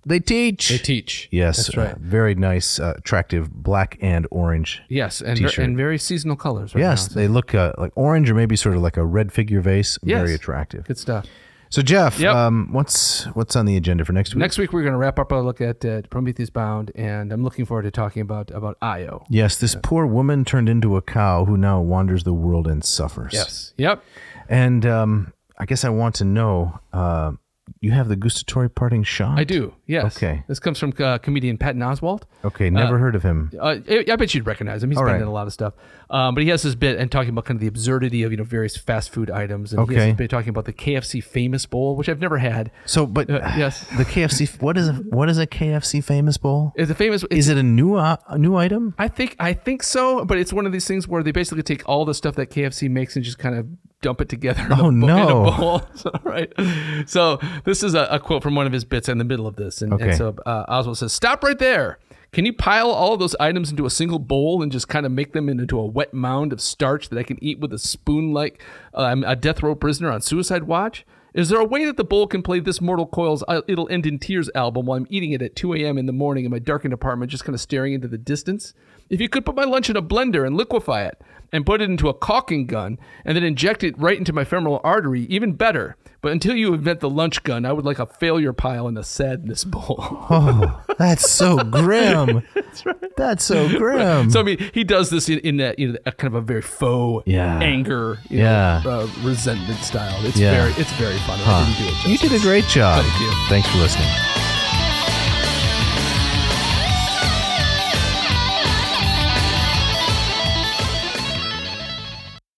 Speaker 2: they teach.
Speaker 1: Mm-hmm. They teach.
Speaker 2: Yes, uh, very nice, uh, attractive black and orange.
Speaker 1: Yes, and ver-
Speaker 2: T-shirt.
Speaker 1: and very seasonal colors. Right
Speaker 2: Yes,
Speaker 1: now.
Speaker 2: they look uh, like orange or maybe sort of like a red figure vase.
Speaker 1: Yes.
Speaker 2: Very attractive.
Speaker 1: Good stuff.
Speaker 2: So Jeff,
Speaker 1: Yep.
Speaker 2: um, what's what's on the agenda for next week?
Speaker 1: Next week we're going to wrap up our look at uh, Prometheus Bound, and I'm looking forward to talking about about Io.
Speaker 2: yes, this poor woman turned into a cow who now wanders the world and suffers.
Speaker 1: Yep.
Speaker 2: and um, I guess I want to know. Uh, you have the gustatory parting shot.
Speaker 1: I do. Yes.
Speaker 2: Okay.
Speaker 1: This comes from uh, comedian Patton Oswald.
Speaker 2: Okay, never heard of him.
Speaker 1: Uh, I I bet you'd recognize him. He's
Speaker 2: All
Speaker 1: been
Speaker 2: right.
Speaker 1: in a lot of stuff, um, but he has this bit and talking about kind of the absurdity of you know various fast food items. And he
Speaker 2: Okay.
Speaker 1: has been talking about the KFC Famous Bowl, which I've never had.
Speaker 2: So, but
Speaker 1: Uh, yes.
Speaker 2: <sighs> the KFC. What is a, what is a KFC famous bowl?
Speaker 1: It's a famous.
Speaker 2: Is it a new uh, a
Speaker 1: <laughs>
Speaker 2: new item?
Speaker 1: I think I think so, but it's one of these things where they basically take all the stuff that KFC makes and just kind of dump it together. In
Speaker 2: Oh,
Speaker 1: a, bo-
Speaker 2: no.
Speaker 1: <laughs> In a bowl. so, right. So this is a, a quote from one of his bits in the middle of this, and, and
Speaker 2: Okay.
Speaker 1: so uh, Oswald says, "Stop right there." Can you pile all of those items into a single bowl and just kind of make them into a wet mound of starch that I can eat with a spoon like uh, I'm a death row prisoner on suicide watch? Is there a way that the bowl can play this Mortal Coil's I- It'll End in Tears album while I'm eating it at 2 a.m. in the morning in my darkened apartment, just kind of staring into the distance? If you could put my lunch in a blender and liquefy it and put it into a caulking gun and then inject it right into my femoral artery, even better. But until you invent the lunch gun, I would like a failure pile in the sadness <laughs> bowl.
Speaker 2: Oh, that's so
Speaker 1: <laughs>
Speaker 2: grim. that's, so grim.
Speaker 1: so, I mean, he does this in, in, a, in a kind of a very faux
Speaker 2: Yeah.
Speaker 1: anger, you know,
Speaker 2: Yeah.
Speaker 1: uh, resentment style. It's,
Speaker 2: Yeah.
Speaker 1: very, it's very fun. I didn't do it
Speaker 2: you did a
Speaker 1: justice.
Speaker 2: great job.
Speaker 1: Thank you.
Speaker 2: Thanks for listening.